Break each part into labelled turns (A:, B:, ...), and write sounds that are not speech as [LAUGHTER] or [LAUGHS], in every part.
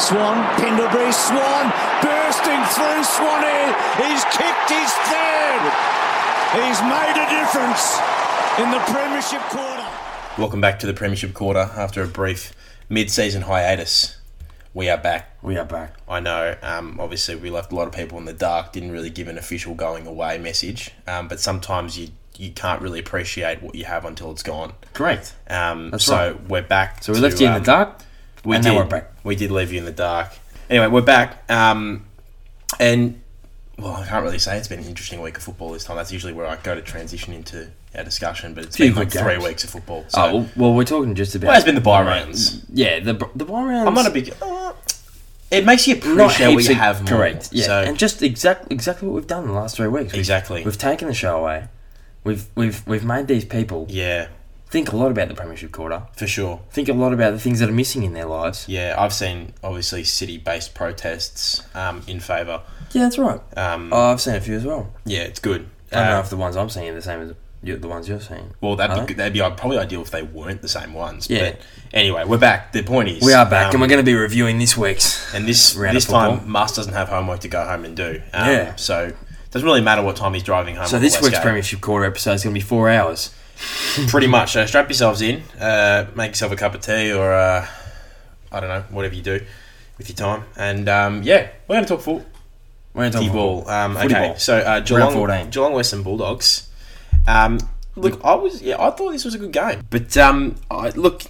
A: Swan, Pendlebury, Swan, bursting through Swanee. He's kicked his third. He's made a difference in the Premiership quarter.
B: Welcome back to the Premiership Quarter after a brief mid season hiatus. We are back.
C: We are back.
B: I know, um, obviously, we left a lot of people in the dark, didn't really give an official going away message, um, but sometimes you, you can't really appreciate what you have until it's gone.
C: Correct.
B: Um,
C: That's
B: so
C: right.
B: we're back.
C: So we left you in the dark.
B: um, We
C: and
B: did.
C: now we're back.
B: We did leave you in the dark. Anyway, we're back. Um, and well, I can't really say it's been an interesting week of football this time. That's usually where I go to transition into our discussion, but it's
C: Few
B: been like
C: good
B: three
C: games.
B: weeks of football. So.
C: Oh well, well, we're talking just about.
B: well, it's been the buy rounds.
C: Yeah, the b- the ball rounds.
B: I'm not a big. uh, it makes you
C: not
B: appreciate what
C: heaps
B: you
C: of-
B: have more.
C: Correct. Yeah,
B: So,
C: and just exact exactly what we've done in the last three weeks. We've-
B: Exactly.
C: We've, taken the show away. We've we've we've made these people
B: yeah,
C: think a lot about the premiership quarter.
B: for sure.
C: Think a lot about the things that are missing in their lives.
B: Yeah, I've seen obviously city-based protests um, in favour.
C: Yeah, that's right.
B: Um,
C: Oh, I've seen a few as well.
B: yeah, it's good.
C: I don't know
B: Uh,
C: if the ones I'm seeing are the same as you, the ones you're seeing.
B: Well, that'd
C: Huh?
B: be, good- that'd be uh, probably ideal if they weren't the same ones.
C: Yeah.
B: But anyway, we're back. The point is,
C: We are back,
B: um,
C: and we're going to be reviewing this week's.
B: and this
C: round
B: this
C: of football.
B: time, Mas doesn't have homework to go home and do. Um,
C: Yeah.
B: So it doesn't really matter what time he's driving home.
C: So
B: on
C: this
B: the
C: week's
B: West Gate.
C: premiership quarter episode is going to be four hours.
B: pretty much. So strap yourselves in, uh, make yourself a cup of tea or uh, I don't know, whatever you do with your time. And um, yeah, we're going to talk football.
C: We're going to
B: Footy
C: talk
B: ball. Um,
C: Footy
B: okay,
C: ball.
B: so uh, Geelong,
C: 14.
B: Geelong Western Bulldogs. Um, look, I was yeah, I thought this was a good game, but um, I, look,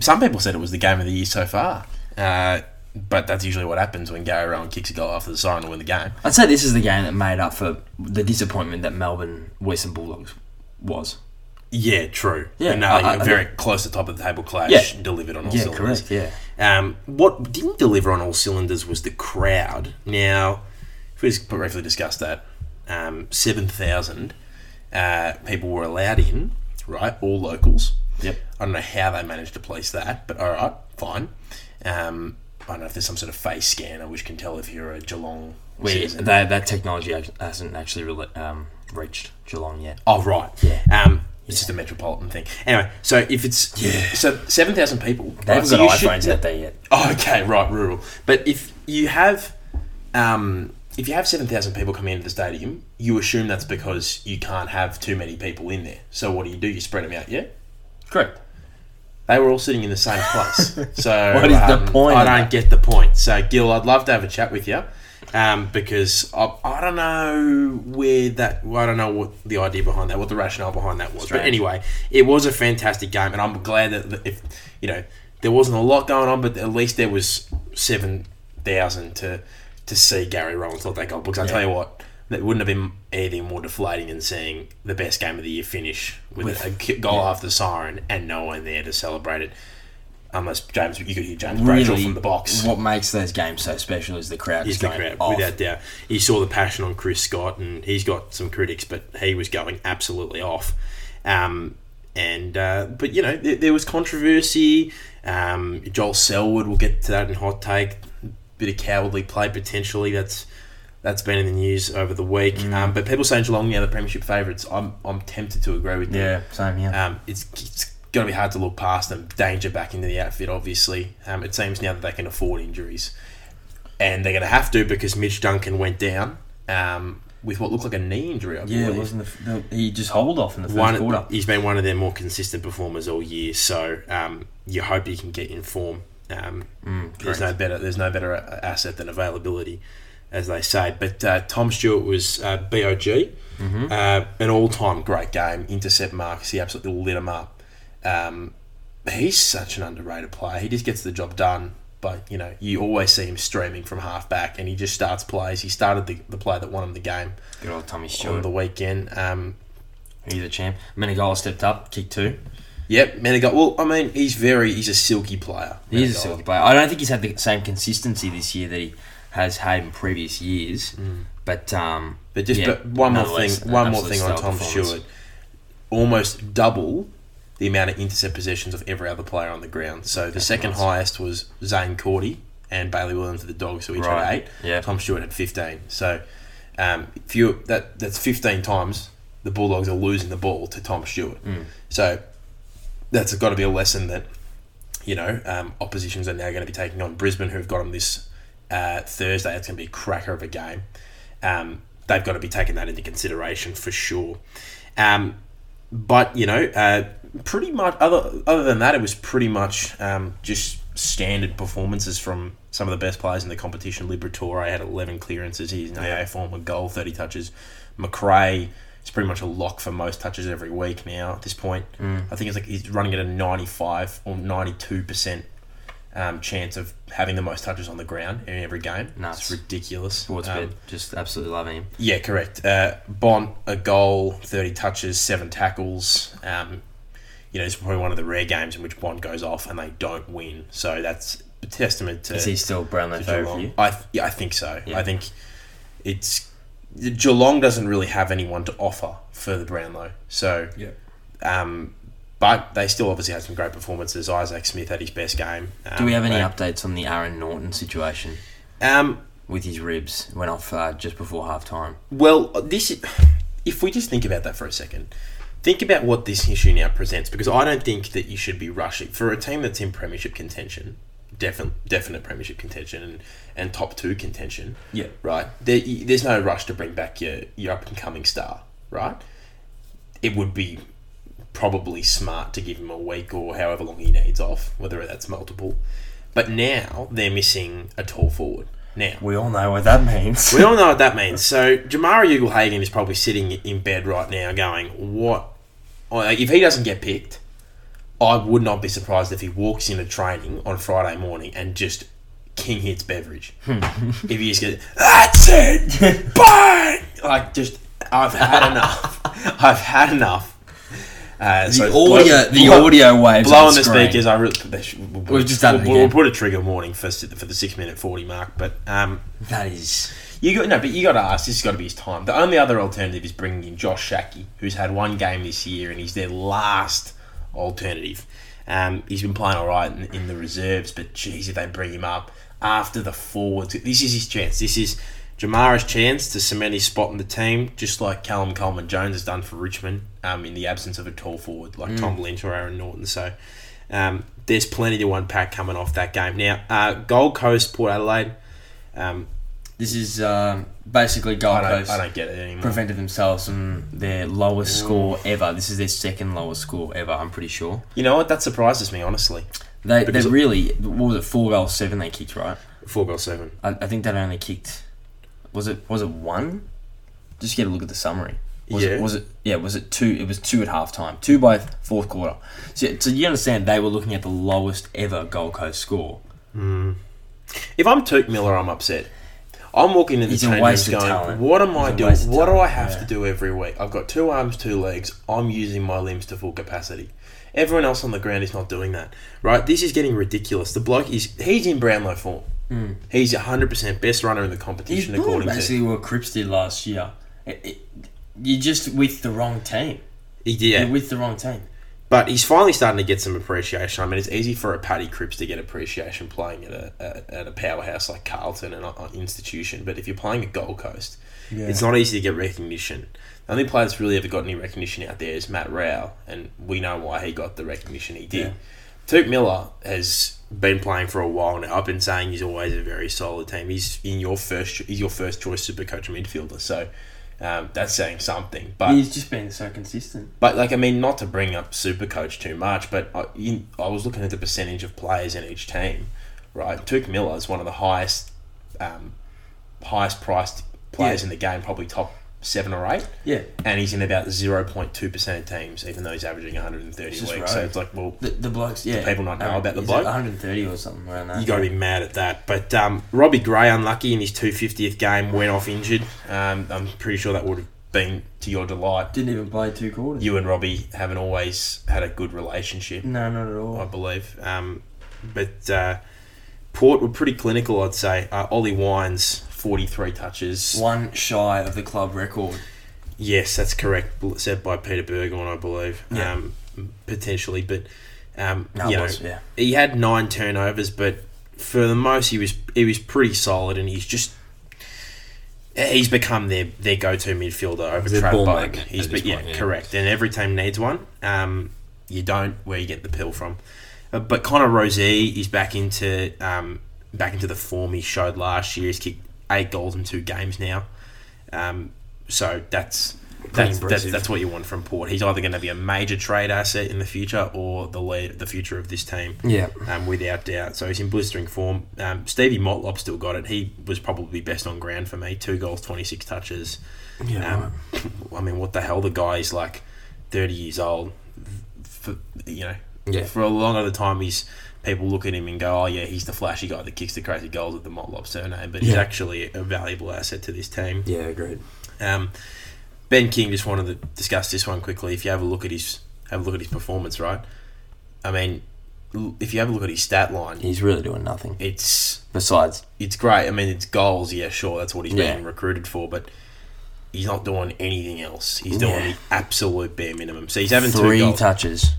B: some people said it was the game of the year so far. Uh, but that's usually what happens when Gary Rowan kicks a goal after the siren to win the game.
C: I'd say this is the game that made up for the disappointment that Melbourne Western Bulldogs was.
B: Yeah, true.
C: Yeah,
B: no,
C: I- I-
B: very close to top of the table clash.
C: Yeah.
B: delivered on all
C: Yeah,
B: cylinders.
C: correct, yeah.
B: Um, what didn't deliver on all cylinders was the crowd. Now, if we just briefly discuss that, um, 7,000 uh, people were allowed in, right? All locals.
C: Yep.
B: I don't know how they managed to place that, but all right, fine. Um, I don't know if there's some sort of face scanner which can tell if you're a Geelong
C: We,
B: citizen.
C: that, that technology ac- hasn't actually really, um, reached Geelong yet.
B: Oh right,
C: Yeah.
B: Um, it's just a metropolitan thing. Anyway, so if it's yeah, so seven thousand people.
C: They
B: right,
C: haven't
B: so
C: got
B: you should-
C: iPhones out there yet.
B: Oh, [LAUGHS] okay, right, rural. But if you have, um, if you have seven thousand people coming into the stadium, you assume that's because you can't have too many people in there. So what do you do? You spread them out, yeah.
C: Correct.
B: They were all sitting in the same
C: [LAUGHS]
B: place. So um,
C: What is the point
B: I
C: of
B: don't
C: that?
B: get the point. So Gil, I'd love to have a chat with you. Um, because I, I don't know where that well, I don't know what the idea behind that, what the rationale behind that was.
C: Strange.
B: But anyway, it was a fantastic game, and I'm glad that the- if you know there wasn't a lot going on, but at least there was seven thousand to to see Gary Rowan thought that goal. Because I tell you what, that wouldn't have been anything more deflating than seeing the best game of the year finish with, a ki- goal after the siren and no one there to celebrate it. Unless James, you could hear James Bradshaw from the box.
C: What makes those games so special is the crowd.
B: Is
C: Is
B: the crowd
C: off.
B: without doubt? You saw the passion on Chris Scott, and he's got some critics, but he was going absolutely off. Um, and uh, but you know there, there was controversy. Um, Joel Selwood, we'll get to that in hot take. Bit of cowardly play potentially. That's that's been in the news over the week.
C: Mm.
B: Um, but people saying Geelong now the premiership favourites. I'm I'm tempted to agree with them.
C: Yeah, same here.
B: Um, it's it's going to be hard to look past them. Danger back into the outfit, obviously. Um, it seems now that they can afford injuries, and they're going to have to because Mitch Duncan went down um, with what looked like a knee injury. I
C: yeah, it
B: believe.
C: wasn't the, f- the, he just hobbled off in the first
B: One-
C: quarter.
B: he's been one of their more consistent performers all year, so um, you hope he can get in form. Um, there's no better. There's no better a- asset than availability, as they say. But uh, Tom Stewart was uh, bog, uh, an all-time great game. Intercept marks. He absolutely lit him up. Um, he's such an underrated player. He just gets the job done. But you know, you always see him streaming from half back, and he just starts plays. He started the, the play that won him the game
C: Good old Tommy
B: on
C: Stewart.
B: the weekend. Um,
C: He's a champ. Menegola stepped up, kicked two.
B: Yep, Menegola. Well, I mean, he's very he's a silky player.
C: He is a
B: Menegola.
C: silver player. I don't think he's had the same consistency this year that he has had in previous years. But um,
B: Mm. But just
C: yeah,
B: but one more
C: nonetheless,
B: thing, one more
C: absolute
B: thing on
C: stellar
B: Tom
C: performance.
B: Stewart. Almost double the amount of intercept possessions of every other player on the ground. So the second highest was Zane Cordy and Bailey Williams for the Dogs, who each had
C: Right,
B: eight.
C: yeah.
B: Tom Stewart had fifteen. So um, if you that that's fifteen times the Bulldogs are
C: Hmm.
B: losing the ball to Tom Stewart. So that's got to be a lesson that you know, um, oppositions are now going to be taking on Brisbane, who have got them this uh, Thursday. It's going to be a cracker of a game. Um, they've got to be taking that into consideration for sure. Um, but you know, uh, pretty much other other than that, it was pretty much um, just standard performances from some of the best players in the competition. Liberatore had eleven clearances. He's an AA form, a goal, thirty touches. McRae is pretty much a lock for most touches every week now at this point.
C: Mm.
B: I think it's like he's running at a ninety-five or ninety-two percent. Um, chance of having the most touches on the ground in every game. It's
C: Nuts.
B: ridiculous.
C: Sports
B: Um,
C: bet, just absolutely loving him.
B: yeah, correct. Uh, Bond, a goal, 30 touches, seven tackles. Um, you know, it's probably one of the rare games in which Bond goes off and they don't win. So that's a testament to.
C: Is he still Brownlow
B: to
C: favourite for
B: Geelong.
C: you?
B: I, th- yeah, I think so.
C: Yeah.
B: I think it's. Geelong doesn't really have anyone to offer for the Brownlow. So.
C: Yeah.
B: Um, but they still obviously had some great performances. Isaac Smith had his best game. Um,
C: Do we have any
B: they-
C: updates on the Aaron Norton situation
B: Um,
C: with his ribs? Went off uh, just before half time.
B: Well, this if we just think about that for a second, think about what this issue now presents because I don't think that you should be rushing for a team that's in premiership contention, definite definite premiership contention and, and top 2 contention.
C: Yeah.
B: Right. There, y- there's no rush to bring back your your up and coming star, right? It would be probably smart to give him a week or however long he needs off, whether that's multiple. But now they're missing a tall forward. Now,
C: We all know what that means.
B: [LAUGHS] we all know what that means. So Jamara Ugle Hagen is probably sitting in bed right now, going, "What? Oh, Like, if he doesn't get picked, I would not be surprised if he walks into training on Friday morning and just king hits
C: [LAUGHS]
B: beverage. if he just goes, that's it, bang! Like just, I've had enough. [LAUGHS] I've had enough. Uh,
C: the
B: so
C: audio,
B: blow-
C: the
B: blow-
C: audio waves.
B: Blow
C: on
B: on
C: the
B: the
C: screen.
B: speakers. I re- they should- we'll, we'll-
C: We've just done it
B: we'll, we'll
C: again.
B: put a trigger warning for s- for the six minute forty mark, but um,
C: That is
B: you got no, but you got to ask. This has got to be his time. The only other alternative is bringing in Josh Shackey, who's had one game this year and he's their last alternative. Um, he's been playing all right in, in the reserves, but geez, if they bring him up after the forwards, this is his chance. This is Jamara's chance to cement his spot in the team, just like Callum Coleman Jones has done for Richmond. Um, in the absence of a tall forward like
C: Mm.
B: Tom Lynch or Aaron Norton, so. Um, there's plenty to unpack coming off that game. Now, uh, Gold Coast, Port Adelaide. Um,
C: this is um, basically Gold
B: I don't,
C: Coast
B: I don't get it anymore.
C: prevented themselves from their lowest score ever. This is their second lowest score ever. I'm pretty sure.
B: You know what? That surprises me, honestly.
C: They they
B: Because-
C: really what was it four goals seven they kicked right.
B: Four goal seven.
C: I, I think that only kicked. Was it was it one? Just get a look at the summary. Was
B: Yeah.
C: It, was it yeah? Was it two? It was two at half time. Two by fourth quarter. So, so you understand they were looking at the lowest ever Gold Coast score.
B: If I'm Tuke Miller, I'm upset. I'm walking into the
C: He's a
B: team
C: waste of
B: going,
C: talent.
B: what am I
C: He's a
B: doing?
C: waste of
B: What do I
C: talent,
B: have
C: yeah.
B: to do every week? I've got two arms, two legs. I'm using my limbs to full capacity. Everyone else on the ground is not doing that, right? This is getting ridiculous. The bloke is, he's in Brownlow form. He's 100% best runner in the
C: Hmm. He's
B: competition,
C: doing
B: according
C: basically
B: to.
C: what Cripps did last year. It- it- you're just with the wrong team.
B: Yeah.
C: You're with the wrong team.
B: But he's finally starting to get some appreciation. I mean, it's easy for a Paddy Cripps to get appreciation playing at a, a at a powerhouse like Carlton and an institution. But if you're playing at Gold Coast, it's not easy to get recognition. The only player that's really ever got any recognition out there is Matt Rao, and we know why he got the recognition he did.
C: Yeah.
B: Tuke Miller has been playing for a while now. I've been saying he's always a very solid team. He's in your first he's your first choice super coach midfielder. So um, that's saying something. But
C: He's just been so consistent.
B: but like, I mean, not to bring up Supercoach too much, but I, you, I was looking at the percentage of players in each team, right? Tuke Miller is one of the highest, um, highest priced players
C: Yeah.
B: in the game, probably top seven or eight,
C: Yeah.
B: and he's in about zero point two percent of teams, even though he's averaging one hundred and thirty a
C: just
B: week.
C: rogue.
B: So it's like, well,
C: The, the blokes, yeah.
B: people not know
C: Um,
B: about the
C: is it
B: bloke?
C: 130 or something around that.
B: you got to be mad at that. But um, Robbie Gray, unlucky in his two fiftieth game, went off injured. Um, I'm pretty sure that would have been to your delight.
C: Didn't even play two quarters.
B: You and Robbie haven't always had a good relationship.
C: no, not at all.
B: I believe. Um, but uh, Port were pretty clinical, I'd say. Uh, Ollie Wines, 43 touches.
C: Oh. One shy of the club record.
B: Yes, that's correct. bl- Said by Peter Bergon, I believe.
C: Yeah.
B: Um, potentially, but um,
C: No,
B: you
C: it
B: know,
C: was, yeah.
B: he had nine turnovers, but for the most, he was he was pretty solid, and he's just. He's become their, their go to midfielder over
C: Their
B: Trav
C: ball
B: Bowen.
C: magnet
B: He's
C: at
B: be,
C: this
B: yeah,
C: point, yeah.
B: correct, and every team needs one. Um, you don't where you get the pill from. Uh, But Connor Rosé is back into um, back into the form he showed last year. He's kicked eight goals in two games now. Um, so that's that's, that's
C: impressive.
B: that's what you want from Port. He's either going to be a major trade asset in the future or the lead, the future of this team.
C: Yeah.
B: um, without doubt. So he's in blistering form. Um, Stevie Motlop still got it. He was probably best on ground for me. Two goals, twenty six touches.
C: Yeah,
B: Um, [LAUGHS] I mean, what the hell? The guy's like thirty years old. For, you know,
C: Yeah.
B: For a long other time, he's people look at him and go, "Oh yeah, he's the flashy guy that kicks the crazy goals at the Motlop surname," but he's
C: Yeah.
B: actually a valuable asset to this team.
C: Yeah, agreed.
B: Um, ben King just wanted to discuss this one quickly. If you have a look at his have a look at his performance, right? I mean, l- if you have a look at his stat line,
C: He's really doing nothing.
B: it's
C: Besides,
B: it's great. I mean, it's goals, yeah, sure, that's what he's
C: Yeah.
B: being recruited for, but he's not doing anything else. He's doing
C: Yeah.
B: the absolute bare minimum. So he's having
C: three
B: two goals.
C: touches.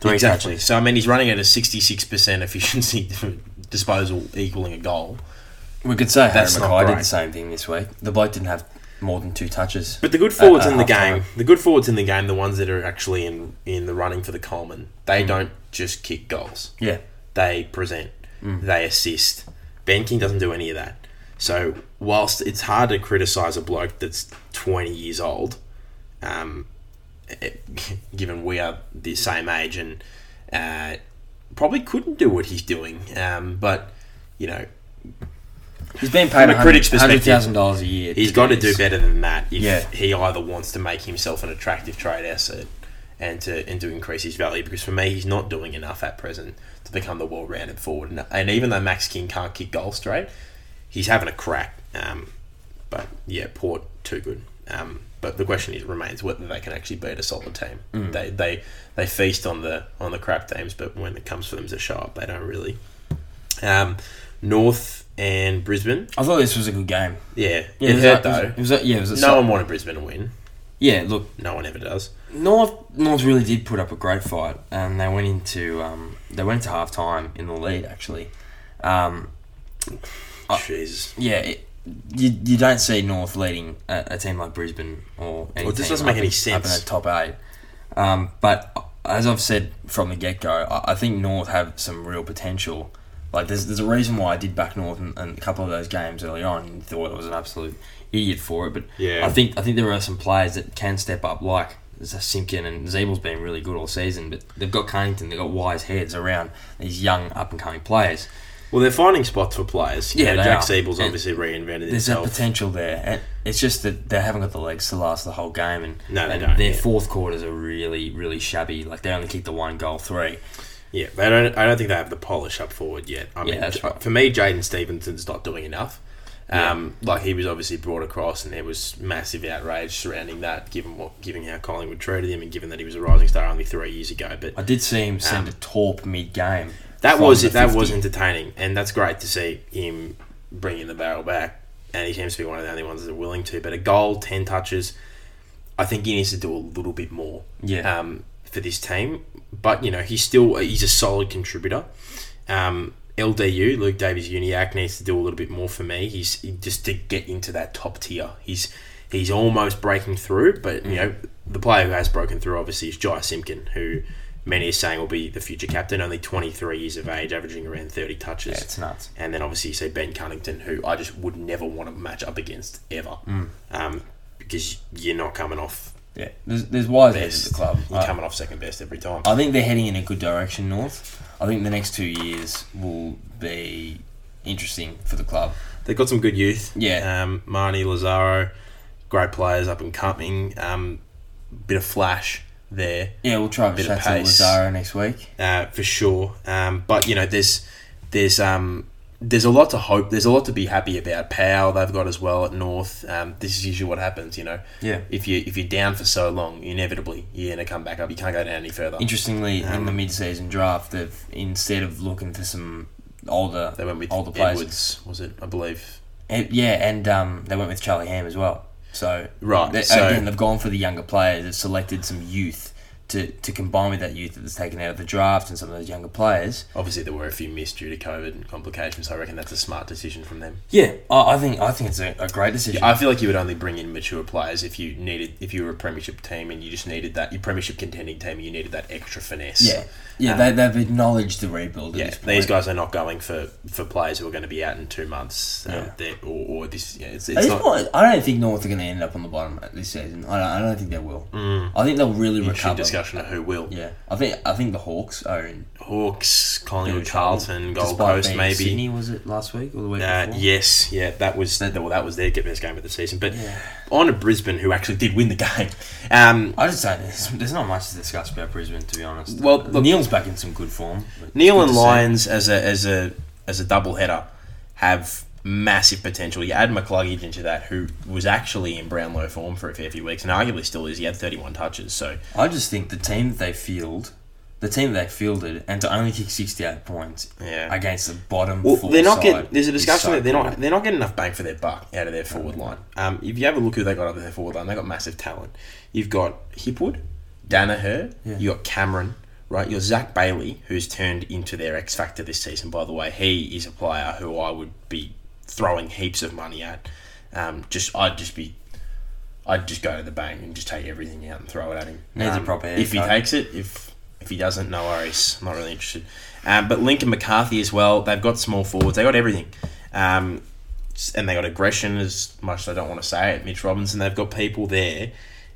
C: Three
B: exactly.
C: touches.
B: So I mean, he's running at a sixty-six percent efficiency [LAUGHS] disposal, equaling a goal.
C: We could say Harry
B: That's not
C: Mackay did
B: great.
C: the same thing this week. The bloke didn't have more than two touches.
B: But the good forwards
C: Uh,
B: in the
C: halftime.
B: game, the good forwards in the game, the ones that are actually in in the running for the Coleman,
C: Mm.
B: they don't just kick goals.
C: yeah,
B: They present, they assist. Ben King doesn't do any of that. So whilst it's hard to criticise a bloke that's twenty years old, um, it- [LAUGHS] given we are the same age and uh, probably couldn't do what he's doing, um, but you know
C: he's been paid
B: a critic's
C: hundred
B: perspective,
C: thousand dollars a year.
B: He's
C: do
B: got to do
C: this.
B: better than that if
C: Yeah.
B: he either wants to make himself an attractive trade asset and to and to increase his value. Because for me, he's not doing enough at present to become the well-rounded forward. And, and even though Max King can't kick goals straight, he's having a crack. Um, but yeah, Port too good. Um, but the question is, remains whether they can actually beat a solid team.
C: Mm.
B: They, they they feast on the on the crap teams, but when it comes for them to show up, they don't really. Um, North and Brisbane,
C: I thought this was a good game.
B: yeah,
C: Yeah,
B: it
C: was
B: hurt
C: a- was a-
B: though.
C: It was a, yeah, it was a
B: No
C: solid-
B: one wanted Brisbane to win.
C: Yeah, look,
B: No one ever does.
C: North North really did put up a great fight, and they went into um, they went into half time in the lead actually. Um, Uh,
B: Jeez.
C: yeah, it, you, you don't see North leading a, a team like Brisbane or anything.
B: this doesn't make any
C: Up in
B: sense.
C: the top eight, um, but as I've said from the get go, I, I think North have some real potential. Like there's, there's a reason why I did back North in, in a couple of those games early on and thought I was an absolute idiot for it, but
B: Yeah.
C: I think I think there are some players that can step up like. Simkin and Zeebel's been really good all season, but they've got Cunnington, they've got wise heads around these young up and coming players.
B: Well, they're finding spots for players. You
C: Yeah,
B: know,
C: they
B: Jack
C: are.
B: Siebel's
C: And
B: obviously reinvented
C: There's that
B: himself.
C: potential there. and It's just that they haven't got the legs to last the whole game, and,
B: No, they
C: and
B: don't,
C: their
B: yeah.
C: fourth quarters are really, really shabby. Like they only kicked the one goal three.
B: yeah, they don't. I don't think they have the polish up forward yet. I mean,
C: that's right.
B: for me, Jaden Stevenson's not doing enough. Um, Like he was obviously brought across, and there was massive outrage surrounding that, given what, given how Collingwood treated him, and given that he was a rising star only three years ago. But
C: I did see him send a torp mid game.
B: Um, That was that was entertaining, and that's great to see him bringing the barrel back. And he seems to be one of the only ones that are willing to. But a goal, ten touches, I think he needs to do a little bit more.
C: Yeah.
B: Um, for this team, but you know he's still he's a solid contributor. Um, LDU Luke Davies Uniac needs to do a little bit more for me. He's he- just to get into that top tier. He's he's almost breaking through, but you know the player who has broken through obviously is Jai Simkin, who many are saying will be the future captain. Only twenty three years of age, averaging around thirty touches.
C: it's nuts.
B: And then obviously you see Ben Cunnington, who I just would never want to match up against ever,
C: Mm.
B: um, because you're not coming off
C: Yeah, there's, there's wise heads
B: best.
C: at the club.
B: You're
C: I-
B: coming off second best every time.
C: I think they're heading in a good direction, North. I think the next two years will be interesting for the club.
B: They've got some good youth.
C: Yeah.
B: Um, Marnie Lazaro, great players up and coming. Um, bit of flash there
C: Yeah, we'll try and
B: Bit of
C: chat to
B: pace.
C: Lazaro next week.
B: uh, for sure. Um, but you know, there's there's um, there's a lot to hope. There's a lot to be happy about. Power they've got as well at North. Um, this is usually what happens. You know.
C: Yeah.
B: If you if you're down for so long, inevitably you're gonna come back up. You can't go down any further.
C: Interestingly, in
B: Um,
C: the mid-season draft, they've instead of looking for some older,
B: They went with
C: older players.
B: Edwards, was it? I believe.
C: And- yeah, and um, they went with Charlie Ham as well. So
B: Right,
C: they-
B: so-
C: again, they've gone for the younger players. They've selected some youth to, to combine with that youth that was taken out of the draft and some of those younger players.
B: Obviously, there were a few missed due to COVID and complications. So I reckon that's a smart decision from them.
C: Yeah, I, I think I think it's a, a great decision.
B: I feel like you would only bring in mature players if you needed if you were a premiership team and you just needed that your premiership contending team. You needed that extra finesse.
C: yeah, yeah.
B: Um,
C: they, they've acknowledged the rebuild. At
B: Yeah,
C: this point.
B: these guys are not going for, for players who are going to be out in two months. Um,
C: Yeah.
B: they're- or, or this, yeah, it's,
C: At
B: it's
C: this
B: not.
C: point, I don't think North are going to end up on the bottom this season. I don't, I don't think they will.
B: Mm.
C: I think they'll really
B: Interesting
C: recover.
B: discussion of who will.
C: Yeah, I think I think the Hawks are in
B: Hawks, Collingwood,
C: in
B: Carlton, Gold
C: trouble, despite
B: Coast,
C: being
B: maybe.
C: Sydney was it last week or the week
B: Uh,
C: before?
B: yes, yeah, that was that, well, that was their best game of the season. But on to Brisbane, who actually did win the [LAUGHS] game. Um,
C: I just don't. There's, there's not much to discuss about Brisbane, to be honest.
B: Well,
C: Uh,
B: look-
C: Neil's back in some good form. It's
B: Neil
C: good
B: and
C: to see.
B: Lyons as a as a as a double header have massive potential. You add McCluggage into that, who was actually in Brownlow form for a fair few weeks, and arguably still is. He had thirty one touches, so
C: I just think the team that they field, the team that they fielded, and to only kick 68 points
B: Yeah.
C: against the bottom.
B: Well,
C: four
B: they're not
C: side
B: getting. There's a
C: is
B: discussion
C: so
B: that they're
C: good.
B: not. They're not getting enough bang for their buck out of their forward line. Um, if you have a look who they got up at their forward line, they got massive talent. You've got Hipwood, Danaher.
C: Yeah.
B: You got Cameron. Right, you're Zach Bailey, who's turned into their X factor this season. By the way, he is a player who I would be throwing heaps of money at. Um, just I'd just be, I'd just go to the bank and just take everything out and throw it at him.
C: Needs a
B: Um,
C: proper
B: If he
C: haircut.
B: takes it, if if he doesn't, no worries. I'm not really interested. Um, but Lincoln McCarthy as well. They've got small forwards. They got everything, um, s- and they got aggression as much as I don't want to say it. Mitch Robinson. They've got people there,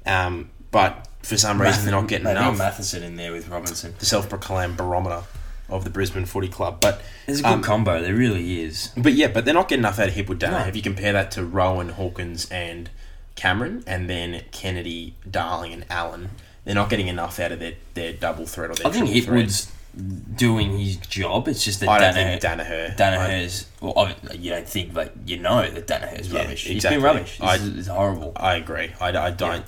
B: um, but for some reason they're not getting
C: They need
B: enough.
C: Matheson in there with Robinson.
B: The self-proclaimed barometer of the Brisbane Footy Club, but um,
C: It's a good combo. There really is.
B: but yeah, but they're not getting enough out of Hipwood Dana.
C: No.
B: If you compare that to Rowan, Hawkins, and Cameron, and then Kennedy, Darling, and Allen, they're not getting enough out of their, their double threat or their
C: I think
B: triple threat.
C: Hipwood's doing his job. It's just that
B: I don't
C: Danaher,
B: think Danaher.
C: Danaher's. Well, obvi- you don't think, but you know that Danaher's
B: Yeah,
C: rubbish.
B: exactly.
C: He's been rubbish. This
B: I-
C: is, it's horrible.
B: I, I agree. I, I don't.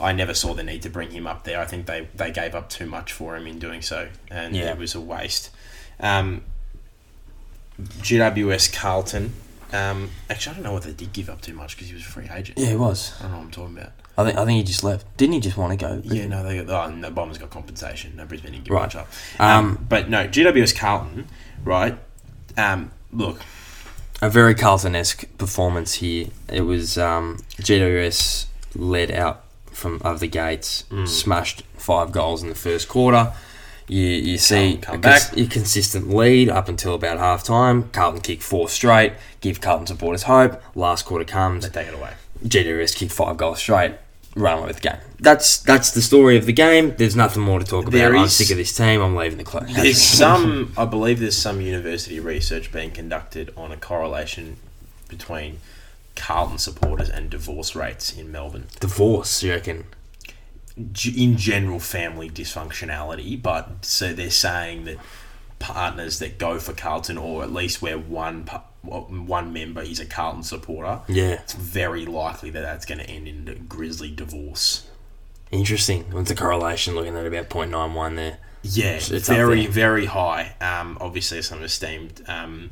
B: I never saw the need to bring him up there. I think they, they gave up too much for him in doing so, and
C: Yeah.
B: it was a waste. Um, GWS Carlton. Um, actually, I don't know whether they did give up too much because he was a free agent.
C: Yeah, it was.
B: I don't know what I'm talking about.
C: I think. I think he just left. Didn't he just want to go?
B: Yeah, no, they got, oh, no, Bombers got compensation. No, Brisbane didn't give
C: Right.
B: much up. Um,
C: Um,
B: but no, GWS Carlton, right? Um, look,
C: a very Carlton esque performance here. It was um, GWS led out from of the gates, smashed five goals in the first quarter. You, you see
B: Carlton come
C: a, cons- a consistent lead up until about half time. Carlton kick four straight, give Carlton supporters hope. Last quarter comes,
B: take it away.
C: GWS kick five goals straight, run away with the game. That's that's the story of the game. There's nothing more to talk about.
B: There
C: I'm
B: is-
C: sick of this team. I'm leaving the club.
B: There's some, I believe there's some university research being conducted on a correlation between Carlton supporters and divorce rates in Melbourne.
C: [LAUGHS] Divorce, you reckon?
B: G- In general, family dysfunctionality, but so they're saying that partners that go for Carlton, or at least where one pa- one member is a Carlton supporter,
C: Yeah.
B: it's very likely that that's going to end in a grisly divorce.
C: Interesting. What's the correlation looking at about 0.91 there?
B: Yeah,
C: it's up
B: very,
C: there.
B: very high. Um, obviously, some esteemed um,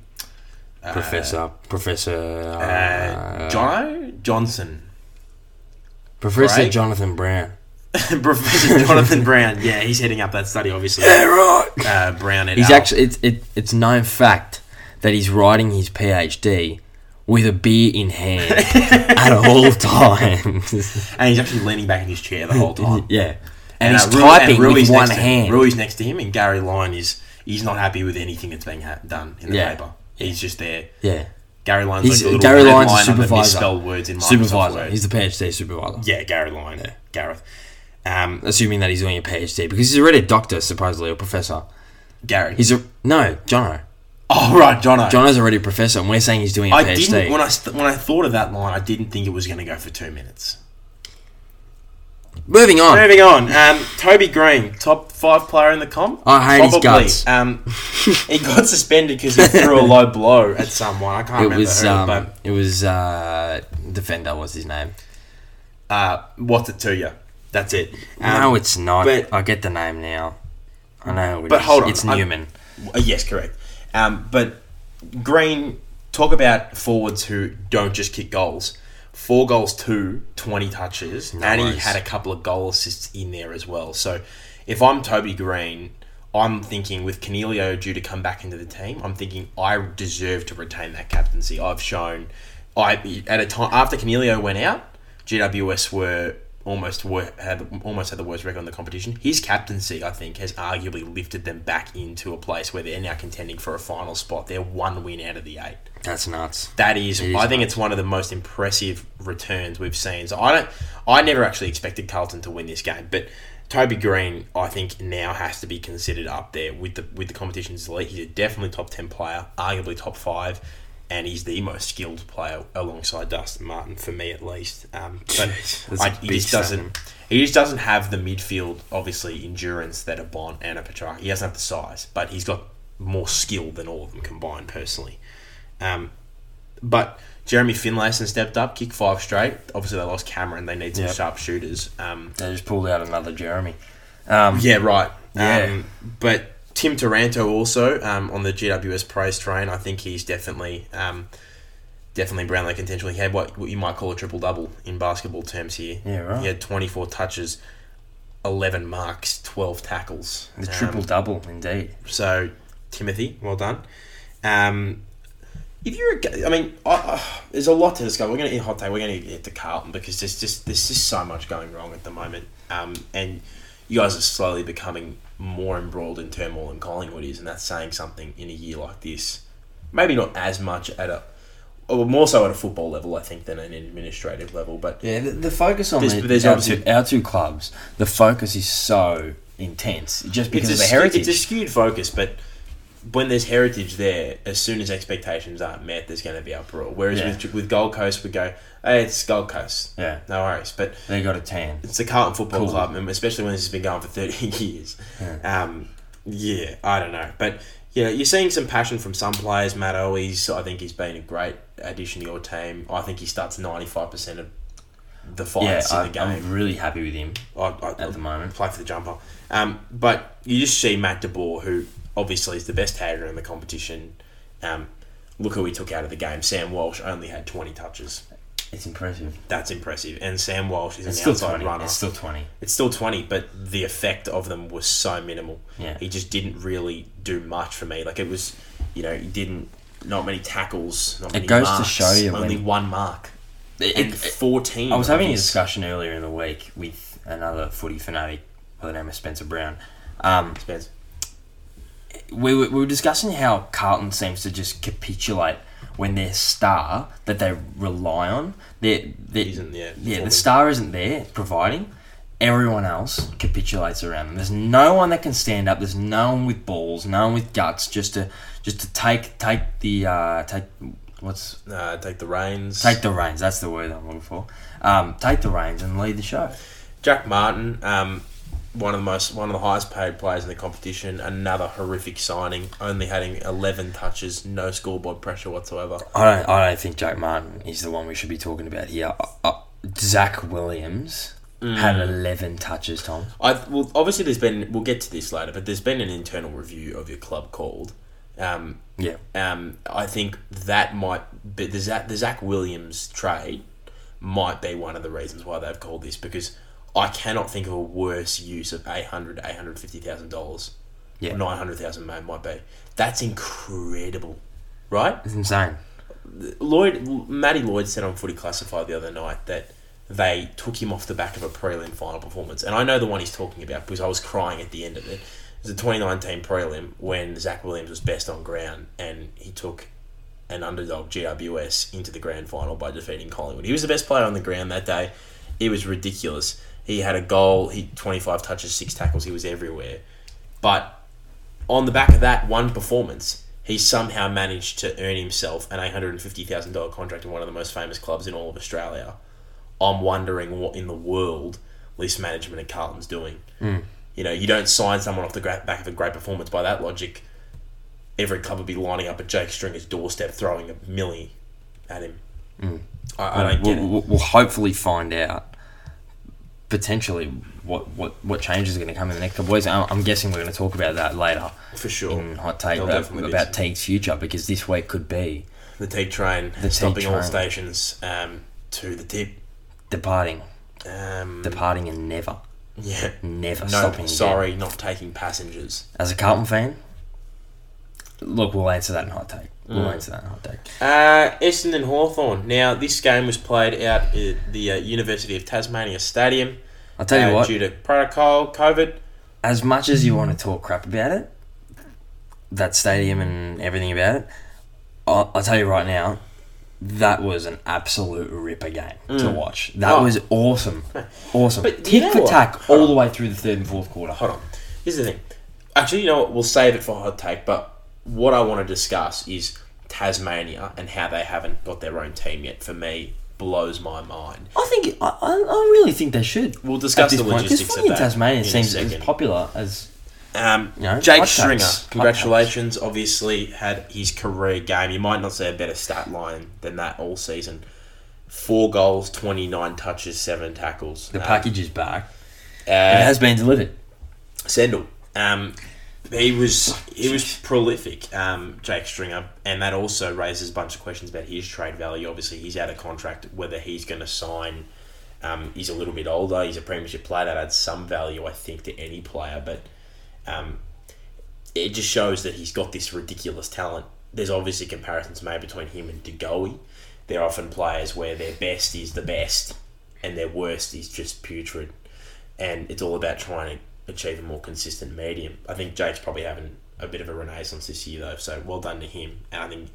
C: Professor, Professor,
B: uh,
C: uh,
B: Jono Johnson, [LAUGHS]
C: Professor
B: Craig?
C: Jonathan Brown.
B: Professor
C: [LAUGHS]
B: Jonathan Brown. Yeah, he's heading up that study, obviously.
C: right.
B: Uh, Brown et
C: He's
B: al.
C: actually it's it, it's known fact that he's writing his PhD with a beer
B: [LAUGHS]
C: in hand at all times.
B: and he's actually leaning back in his chair the whole time.
C: [LAUGHS] yeah, and, he's
B: uh, Rui-
C: typing
B: and Rui's
C: with one
B: next to-
C: hand.
B: Rui's next to him, and Gary Lyon is he's not happy with anything that's being ha- done in the
C: Yeah.
B: paper. He's just there.
C: yeah,
B: Gary Lyon's
C: He's-
B: like a little
C: Gary
B: Gary
C: Lyon's a
B: Under
C: supervisor.
B: misspelled words in Microsoft
C: supervisor.
B: Word.
C: He's the PhD supervisor.
B: yeah, Gary Lyon. Gareth. Um,
C: Assuming that he's doing a PhD because he's already a doctor, supposedly or professor.
B: Gary.
C: He's a no, Jono.
B: oh right, Jono.
C: Jono's already a professor, and we're saying he's doing a
B: I
C: PhD.
B: didn't when I st- when I thought of that line, I didn't think it was going to go for two minutes.
C: Moving on.
B: Moving on, um, Toby Green, top five player in the comp.
C: I hate his
B: [LAUGHS]
C: guts.
B: Um, he got suspended because he threw a low blow at someone. I can't
C: It
B: remember
C: was
B: who,
C: um,
B: but
C: it was uh, defender was his name.
B: uh, what's it to you? That's it. Um,
C: no, it's not.
B: but-
C: I get the name now. I know. It
B: But
C: is.
B: hold on,
C: it's
B: I'm-
C: Newman.
B: Uh, Yes, correct. Um, but Green, talk about forwards who don't just kick goals. Four goals, two, 20 touches. and he
C: worries.
B: had a couple of goal assists in there as well. So if I'm Toby Green, I'm thinking with Canelio due to come back into the team, I'm thinking I deserve to retain that captaincy. I've shown, I at a time after Canelio went out, GWS were almost were, had almost had the worst record in the competition. His captaincy, I think, has arguably lifted them back into a place where they're now contending for a final spot. They're one win out of the eight.
C: That's nuts.
B: That is,
C: It is
B: I think it's one of the most impressive returns we've seen. So I don't, I never actually expected Carlton to win this game, but Toby Green, I think, now has to be considered up there with the with the competition's elite. He's a definitely top ten player, arguably top five, and he's the most skilled player alongside Dustin Martin for me at least.
C: [LAUGHS]
B: Um, but
C: That's a
B: I, he
C: big
B: just doesn't. He just doesn't have the midfield, obviously, endurance that a Bond and a Petrarca. He doesn't have the size, but he's got more skill than all of them combined, personally. Um, but Jeremy Finlayson stepped up, kicked five straight. Obviously, they lost Cameron. They need some
C: Yep.
B: sharp shooters. Um,
C: They just pulled out another Jeremy. Um,
B: yeah, right.
C: Yeah.
B: Um, but Tim Taranto also um, on the GWS praise train. I think he's definitely um, definitely Brownlow contention. He had what, what you might call a triple double in basketball terms here.
C: Yeah, right.
B: He had twenty four touches, eleven marks, twelve tackles.
C: the
B: Um,
C: triple double, indeed.
B: so, Timothy, well done. Um, if you're, a, ga- I mean, I, I, there's a lot to discuss. We're going to hot take. We're going to get to Carlton because there's just there's just so much going wrong at the moment, um, and you guys are slowly becoming more embroiled in turmoil than Collingwood is, and that's saying something in a year like this. Maybe not as much at a, or more so at a football level, I think, than an administrative level. But
C: Yeah, the, the focus on
B: There's-
C: the,
B: there's
C: our,
B: obviously-
C: two, our two clubs, the focus is so intense just because
B: it's a,
C: of the
B: skew-
C: heritage.
B: It's a skewed focus, but when there's heritage there, as soon as expectations aren't met, there's going to be uproar. Whereas
C: Yeah.
B: with, with Gold Coast, we go, hey, it's Gold Coast.
C: yeah,
B: No worries. But
C: they got a tan.
B: it's the Carlton Football
C: Cool.
B: Club, and especially when this has been going for 30 [LAUGHS] years. Yeah. Um, yeah, I don't know. But, you know, you're seeing some passion from some players. Matt Owies, I think he's been a great addition to your team. I think he starts 95% of the
C: Yeah,
B: fights
C: I,
B: in the game.
C: I'm really happy with him.
B: I, I,
C: At the moment.
B: play for the jumper. Um, but you just see Matt De Boer, who obviously is the best hater in the competition. Um, look who he took out of the game. Sam Walsh only had 20 touches.
C: It's impressive.
B: That's impressive. And Sam Walsh is an
C: It's still
B: outside
C: 20.
B: runner.
C: It's still 20.
B: It's still 20, but the effect of them was so minimal.
C: Yeah.
B: He just didn't really do much for me. Like, it was, you know, he didn't, not many tackles, not many
C: goes to
B: marks,
C: show you
B: only
C: when-
B: one mark. And 14.
C: I was having a
B: his
C: discussion earlier in the week with another footy fanatic by the name of Spencer Brown. Um,
B: Spence.
C: we, were, we were discussing how Carlton seems to just capitulate when their star that they rely on, their, their,
B: Isn't, yeah,
C: yeah,
B: performing.
C: the star isn't there providing. Everyone else capitulates around them. There's no one that can stand up. There's no one with balls, no one with guts, just to just to take take the uh, take what's
B: Uh, take the reins.
C: take the reins. That's the word I'm looking for. Um, take the reins and lead the show.
B: Jack Martin, um, one of the most, one of the highest paid players in the competition. Another horrific signing, only having eleven touches, no scoreboard pressure whatsoever.
C: I don't. I don't think Jack Martin is the one we should be talking about here. Uh, uh, Zach Williams
B: Mm.
C: had eleven touches. Tom.
B: I well, obviously there's been, we'll get to this later, but there's been an internal review of your club called. Um,
C: Yeah.
B: um, I think that might, be, the Zach, the Zach Williams trade might be one of the reasons why they've called this because I cannot think of a worse use of 800 $850,000 dollars.
C: Yeah.
B: 900,000 man might be. That's incredible, right?
C: It's insane.
B: Lloyd, Matty Lloyd said on Footy Classified the other night that they took him off the back of a prelim final performance, and I know the one he's talking about because I was crying at the end of it. It was a 2019 prelim when Zach Williams was best on ground, and he took an underdog GWS into the grand final by defeating Collingwood. He was the best player on the ground that day. It was ridiculous. He had a goal. He 25 touches, six tackles. He was everywhere, but on the back of that one performance, he somehow managed to earn himself an eight hundred and fifty thousand dollar contract in one of the most famous clubs in all of Australia. I'm wondering what in the world list management at Carlton's doing. You know, you don't sign someone off the gra- back of a great performance. By that logic, every club would be lining up at Jake Stringer's doorstep, throwing a millie at him. I, I don't
C: We'll,
B: get it.
C: we'll, we'll hopefully find out potentially what what what changes are going to come in the next couple of weeks. I'm, I'm guessing we're going to talk about that later
B: For sure.
C: in hot take
B: They'll
C: about,
B: definitely do
C: about Teague's future because this week could be
B: The Teague train,
C: Teague
B: stopping all
C: train.
B: stations um, to the tip.
C: departing,
B: Um, [LAUGHS]
C: departing and never.
B: Yeah.
C: Never
B: No,
C: stopping.
B: sorry, not taking passengers.
C: again. As a Carlton fan, look, we'll answer that in hot take. We'll
B: Mm.
C: answer that in hot take.
B: Uh, Essendon Hawthorn. Now, this game was played out at the uh, University of Tasmania Stadium
C: I'll tell you
B: uh,
C: what.
B: due to protocol, COVID.
C: as much as you want to talk crap about it, that stadium and everything about it, I'll, I'll tell you right now, that was an absolute ripper game to watch. That
B: Oh.
C: was
B: [LAUGHS]
C: awesome, awesome.
B: But do you
C: Tick
B: know
C: for
B: what?
C: tack
B: Hold
C: all
B: on.
C: the way through the third and fourth quarter.
B: Hold on. Here's the thing. Actually, you know what? We'll save it for hot take, but what I want to discuss is Tasmania and how they haven't got their own team yet, for me, blows my mind.
C: I think I, I, I really think they should.
B: We'll discuss
C: at
B: the
C: this point, 'cause
B: logistics
C: footy
B: of
C: in
B: that
C: Tasmania
B: in a
C: seems as
B: second.
C: popular as
B: Um,
C: You know,
B: Jake
C: hot takes.
B: Stringer,
C: Hot
B: congratulations. Obviously, had his career game. You might not see a better stat line than that all season. Four goals, 29 touches, seven tackles.
C: the
B: Um,
C: package is back. It
B: Uh,
C: has been delivered.
B: Sendall. Um, he was he was prolific, um, Jake Stringer, and that also raises a bunch of questions about his trade value. Obviously, he's out of contract. Whether he's going to sign, um, he's a little bit older. He's a premiership player that adds some value, I think, to any player. But um, it just shows that he's got this ridiculous talent. There's obviously comparisons made between him and De Goey. They're often players where their best is the best, and their worst is just putrid and it's all about trying to achieve a more consistent medium. I think Jake's probably having a bit of a renaissance this year though, so well done to him. And I think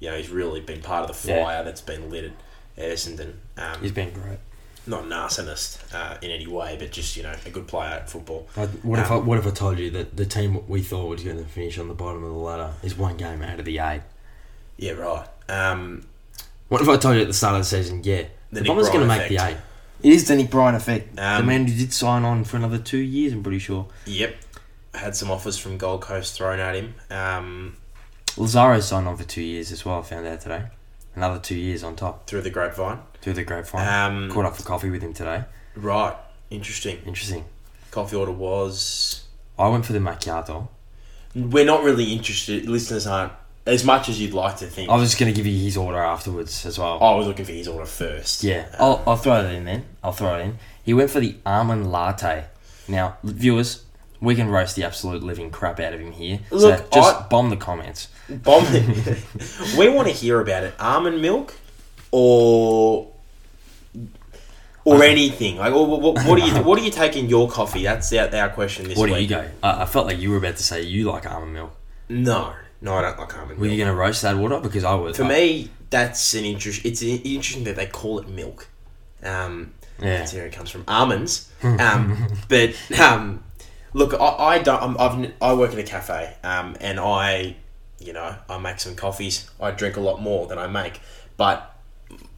B: you know he's really been part of the fire
C: Yeah.
B: that's been lit at Essendon. Um,
C: He's been great.
B: not a narcissist uh, in any way, but just you know a good player at football.
C: I- What if I what if I told you that the team we thought was going to finish on the bottom of the ladder is one game out of the eight?
B: Yeah, right. Um,
C: What if I told you at the start of the season? Yeah, the,
B: Nick
C: Bombers going to
B: Bryan
C: make the eight.
B: effect.
C: It is the Nick Bryan effect.
B: Um,
C: the man who did sign on for another two years, I'm pretty sure.
B: yep, had some offers from Gold Coast thrown at him. Um,
C: Lazaro signed on for two years as well. I found out today. Another two years on top
B: through the grapevine.
C: through the grapevine.
B: Um,
C: Caught up for coffee with him today.
B: Right, interesting.
C: Interesting.
B: Coffee order was
C: I went for the macchiato.
B: We're not really interested. Listeners aren't as much as you'd like to think.
C: I was just going to give you his order afterwards as well.
B: I was looking for his order first. [LAUGHS]
C: Yeah,
B: Um,
C: I'll, I'll throw it in then. I'll throw it in. He went for the almond latte. Now, viewers, we can roast the absolute living crap out of him here. so
B: Look,
C: just
B: I-
C: bomb the comments.
B: bomb. [LAUGHS] we want to hear about it. Almond milk, or or anything. Like, or, what, what do you what do you take in your coffee? That's our, our question this
C: What do you
B: week.
C: go? I I felt like you were about to say you like almond milk.
B: No, no, I don't like almond
C: Were
B: milk.
C: you going to roast that order? Because I was.
B: For me, that's an interest. It's in- interesting that they call it milk. Um,
C: Yeah.
B: considering it comes from almonds. Um, but um, look, I, I don't. I'm, I've, n- I work in a cafe, um, and I, you know, I make some coffees. I drink a lot more than I make, but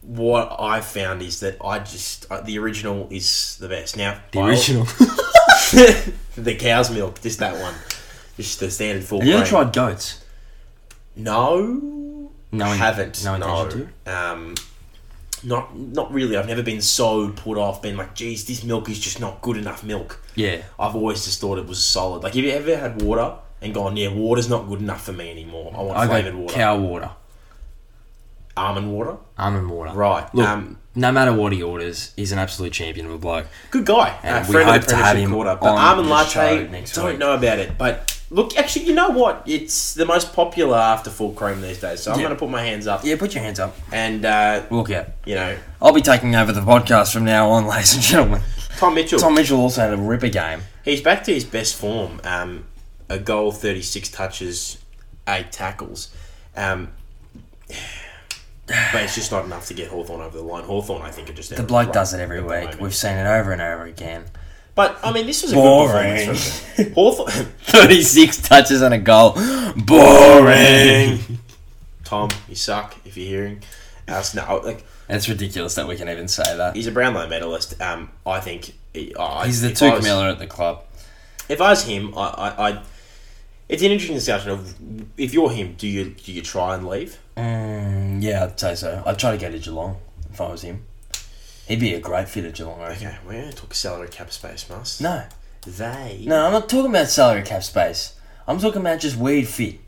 B: what I found is that I just uh, the original is the best. Now
C: the original.
B: [LAUGHS] the cow's milk, just that one, just the standard full.
C: Have you ever
B: cream.
C: tried goats?
B: No,
C: No,
B: I
C: in-
B: haven't.
C: No
B: No,
C: intention
B: Um, not not really. I've never been so put off. Being like, geez, this milk is just not good enough milk.
C: to. Yeah.
B: I've always just thought it was solid. Like, have you ever had water and gone, yeah, water's not good enough for me anymore. I want
C: I
B: flavored
C: go
B: water,
C: cow water,
B: almond water.
C: almond water.
B: Right.
C: Look,
B: um,
C: no matter what he orders, he's an absolute champion of a bloke.
B: good guy.
C: and
B: uh,
C: we
B: friend of
C: hope
B: the
C: to have
B: Premiership
C: him
B: quarter. But
C: on
B: almond
C: the
B: latte,
C: show next
B: don't
C: week.
B: know about it. But look, actually, you know what? It's the most popular after full cream these days. So I'm
C: Yeah.
B: going to put my hands up
C: Yeah, put your hands up.
B: and uh,
C: Look out.
B: you know,
C: I'll be taking over the podcast from now on, [LAUGHS] ladies and gentlemen.
B: Tom Mitchell.
C: Tom Mitchell also had a ripper game.
B: He's back to his best form. Um, a goal, thirty six touches, eight tackles. Um, but it's just not enough to get Hawthorn over the line. Hawthorn, I think, are just
C: The bloke does it every week. We've seen it over and over again. [LAUGHS]
B: But I mean, this was a
C: Boring.
B: good performance. from them. [LAUGHS] Hawthorn,
C: 36 touches and a goal. Boring.
B: Tom, you suck. If you're hearing us, no, like
C: [LAUGHS] it's ridiculous that we can even say that.
B: he's a Brownlow medalist. Um, I think he- oh,
C: He's the
B: if I
C: Took
B: was-
C: Miller at the club.
B: If I was him, I, I, I, it's an interesting discussion of if you're him, do you do you try and leave?
C: Mm, yeah, I'd say so. I'd try to go to Geelong if I was him. He'd be a great fit at Geelong, I reckon.
B: Okay, we're gonna talk salary cap space, must
C: No,
B: they?
C: no, I'm not talking about salary cap space. I'm talking about just where he'd fit.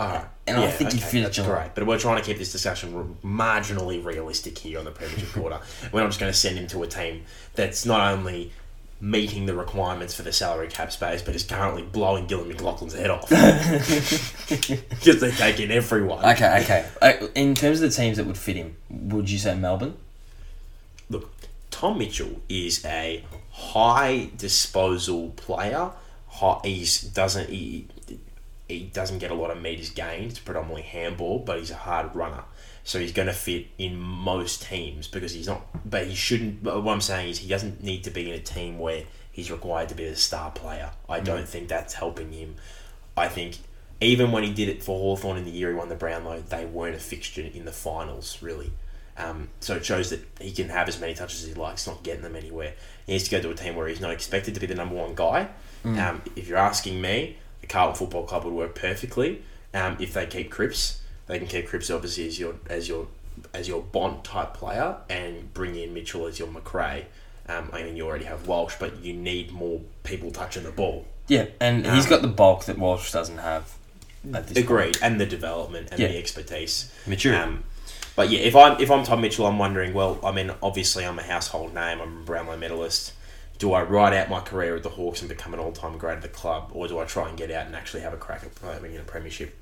B: Alright.
C: And I think he'd fit
B: that's
C: Geelong.
B: great. But we're trying to keep this discussion r-
C: [LAUGHS]
B: marginally realistic here on the Premiership Quarter. We're not just going to send him to a team that's not only meeting the requirements for the salary cap space, but is currently blowing Gillan McLaughlin's head
C: [LAUGHS]
B: off [LAUGHS] because they take in everyone.
C: Okay, okay. Uh, In terms of the teams that would fit him, would you say Melbourne?
B: Look, Tom Mitchell is a high disposal player. High, he's doesn't he, he doesn't get a lot of meters gained. It's predominantly handball, but he's a hard runner. So he's going to fit in most teams because he's not. But he shouldn't. But what I'm saying is he doesn't need to be in a team where he's required to be the star player. I don't think that's helping him. I think even when he did it for Hawthorn in the year he won the Brownlow, they weren't a fixture in the finals really. Um, so it shows that he can have as many touches as he likes, not getting them anywhere. He needs to go to a team where he's not expected to be the number one guy. Um, if you're asking me, the Carlton Football Club would work perfectly um, if they keep Cripps. They can keep Cripps obviously as your as your as your Bond type player and bring in Mitchell as your McRae. Um, I mean, you already have Walsh, but you need more people touching the ball.
C: Yeah, and
B: Uh,
C: he's got the bulk that Walsh doesn't have at this point.
B: Agreed, and the development and
C: Yeah.
B: the expertise.
C: Maturity.
B: Um, but yeah, if I'm if I'm Tom Mitchell, I'm wondering. Well, I mean, obviously, I'm a household name. I'm a Brownlow medalist. Do I ride out my career with the Hawks and become an all-time great of the club, or do I try and get out and actually have a crack at playing in a premiership?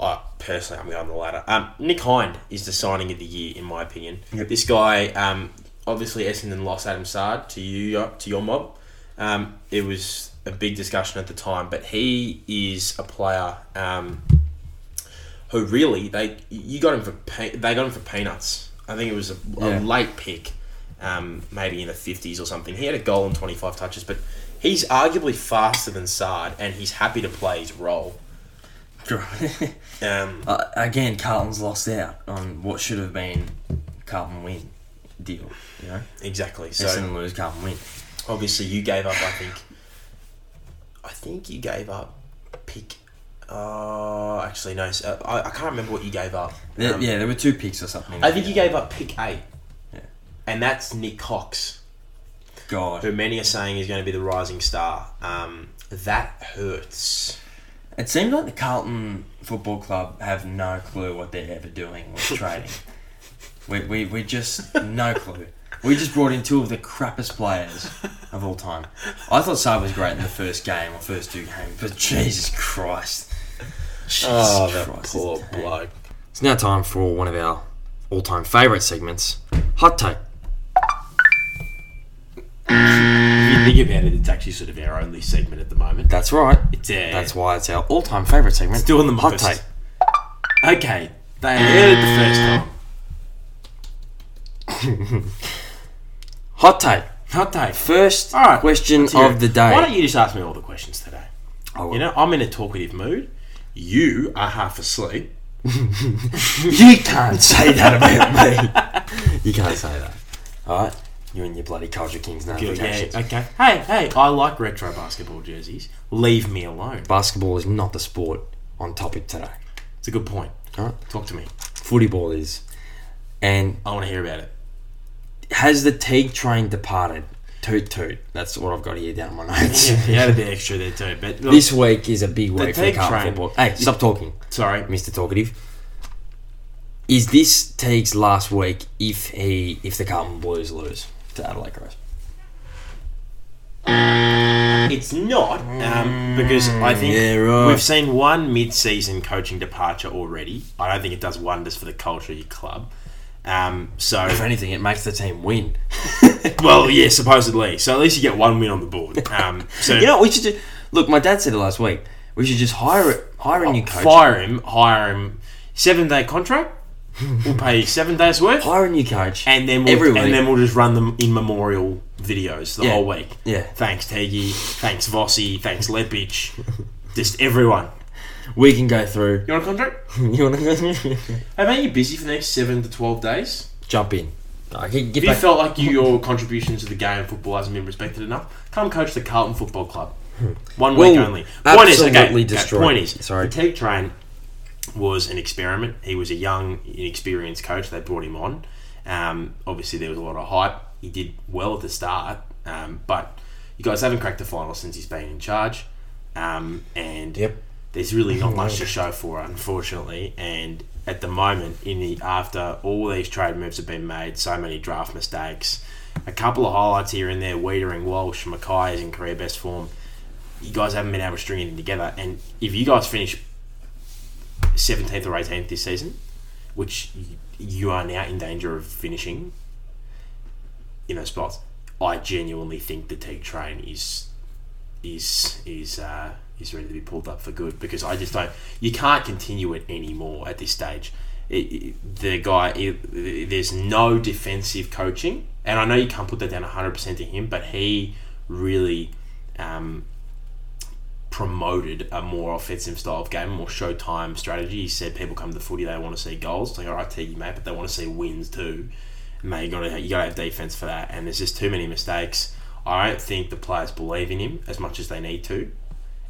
B: I personally, I'm going the latter. Um, Nick Hind is the signing of the year, in my opinion.
C: Yep.
B: This guy, um, obviously, Essendon lost Adam Sard to you, uh, to your mob. Um, it was a big discussion at the time, but he is a player. Um, who really they you got him for pe- they got him for peanuts. I think it was a, a
C: Yeah.
B: late pick, um, maybe in the fifties or something. He had a goal and twenty five touches, but he's arguably faster than Sard, and he's happy to play his role. Um,
C: [LAUGHS] uh, again, Carlton's lost out on what should have been Carlton win deal. You know,
B: exactly. So
C: Essendon lose, Carlton win.
B: obviously you gave up. I think, I think you gave up pick. Oh, actually no. So, I, I can't remember what you gave up.
C: There-
B: Um,
C: yeah, there were two picks or something.
B: I think you gave up pick eight,
C: Yeah.
B: and that's Nick Cox.
C: God,
B: who many are saying is going to be the rising star. Um, that hurts.
C: It seems like the Carlton Football Club have no clue what they're ever doing
B: [LAUGHS]
C: with trading. we, we, we just, no clue. We just brought in two of the crappest players of all time. I thought Saab was great in the first game or first two games, but Jesus Christ. Jesus Christ, this team.
B: Oh, bloke.
C: It's now time for one of our all time favourite segments Hot Take.
B: If you think about it, it's actually sort of our only segment at the moment.
C: That's right.
B: It's uh,
C: That's why it's our all time favourite segment.
B: It's doing the
C: Hot
B: most.
C: Take.
B: okay. They heard it the first time.
C: Hot Take.
B: Hot take.
C: First
B: All right,
C: question
B: let's hear
C: of
B: it.
C: the day. Oh,
B: Why don't you just ask me all the questions today?
C: I will.
B: You know, I'm in a talkative mood. You are half asleep.
C: You can't say that
B: [LAUGHS]
C: about me. You can't say that. All right, you and your bloody culture kings
B: Okay.
C: notifications.
B: okay. Hey, hey, I like retro basketball jerseys. Leave me alone.
C: Basketball is not the sport on topic today.
B: It's a good point.
C: All right,
B: Talk to me.
C: footy ball is, and
B: I want to hear about it.
C: has the Teague train departed? Toot toot. That's what I've got here down my [LAUGHS] notes.
B: Yeah, he added the extra there too. But look,
C: This week is a big week for the
B: Teague
C: Carlton
B: train-
C: football. Hey, stop talking,
B: sorry,
C: Mister Talkative. Is this Teague's last week if he if the Carlton Blues lose to Adelaide Crows?
B: It's not um, because I think
C: Mm, yeah, right.
B: we've seen one mid-season coaching departure already. I don't think it does wonders for the culture of your club. Um, so,
C: If anything, it makes the team win. [LAUGHS]
B: well, yeah, supposedly. So at least you get one win on the board. Um, so
C: [LAUGHS] You know, what we should do. Look, my dad said it last week. We should just hire hire a new coach.
B: Oh, fire him, hire him, seven-day contract. We'll pay you seven days worth,
C: Hire a new coach.
B: and then we'll,
C: every
B: and
C: week.
B: then we'll just run them in memorial videos the
C: Yeah.
B: whole week.
C: Yeah.
B: Thanks Teggy. Thanks Vossi. Thanks Lepich. Just everyone.
C: we can go through. [LAUGHS]
B: You want a contract?
C: you want to
B: Hey, man, you busy for the next seven to twelve days?
C: jump in? I can get
B: If you
C: back.
B: felt like you, your contribution to the game of football hasn't been respected enough, come coach the Carlton Football Club. One week
C: Well,
B: only. Point is, okay,
C: absolutely
B: okay,
C: destroyed.
B: point is,
C: Sorry.
B: the Teague train was an experiment. He was a young, inexperienced coach. They brought him on. Um, obviously, there was a lot of hype. He did well at the start, um, but you guys haven't cracked the final since he's been in charge. Um, and
C: Yep.
B: there's really not much to show for, it, unfortunately. And at the moment in the after all these trade moves have been made, so many draft mistakes. A couple of highlights here and there, Weedering, Walsh, Mackay is in career best form. You guys haven't been able to string it together. And if you guys finish 17th or 18th this season, which you- you are now in danger of finishing in those spots, I genuinely think the Teague train is is is uh, is ready to be pulled up for good because I just don't. You can't continue it anymore at this stage. It, it- the guy, it- there's no defensive coaching, and I know you can't put that down 100% to him, but he really um, promoted a more offensive style of game, more showtime strategy. He said people come to the footy, they want to see goals. It's like, all right, T, mate, but they want to see wins too. Mate, you gotta you gotta have defense for that. And there's just too many mistakes. I don't think the players believe in him as much as they need to,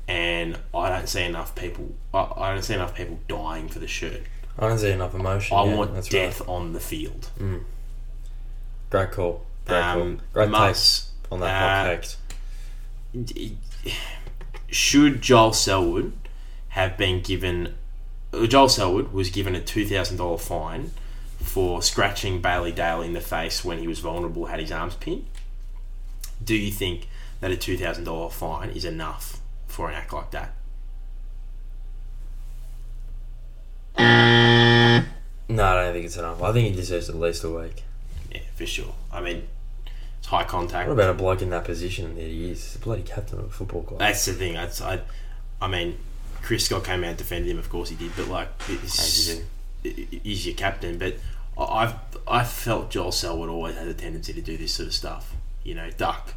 B: and I don't see enough people. I, I don't see enough people dying for the shirt.
C: I don't see enough emotion.
B: I
C: yeah,
B: want
C: that's
B: death on the field.
C: Right. Great call. Great
B: Um,
C: call. Great
B: Mark's-
C: takes on that
B: uh,
C: hot takes.
B: should Joel Selwood have been given? uh, Joel Selwood was given a two thousand dollar fine for scratching Bailey Dale in the face when he was vulnerable, had his arms pinned. Do you think that a two thousand dollar fine is enough for an act like that?
C: No, I don't think it's enough. I think he deserves at least a week.
B: Yeah, for sure. I mean, it's high contact.
C: What about a bloke in that position that he is? The bloody captain of a football club.
B: That's the thing. That's I. I mean, Chris Scott came out and defended him. Of course he did, but like,
C: As
B: it's,
C: you
B: he's your captain. But I- I've I felt Joel Selwood always had a tendency to do this sort of stuff. You know, duck.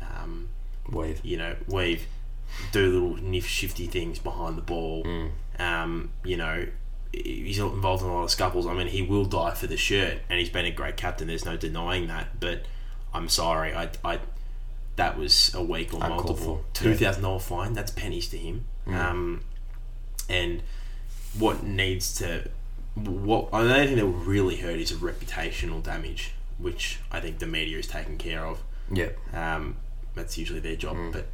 B: Um,
C: Wave.
B: you know, weave, do little nif shifty things behind the ball.
C: Mm.
B: Um, you know, he's involved in a lot of scuffles. I mean, he will die for the shirt, and he's been a great captain. There's no denying that. But I'm sorry, I, I that was a week or
C: Uncalled
B: multiple
C: for. Mm.
B: two thousand dollar fine. That's pennies to him. Um, and what needs to what I don't think that will really hurt is reputational damage, which I think the media is taking care of.
C: Yeah.
B: Um, that's usually their job. But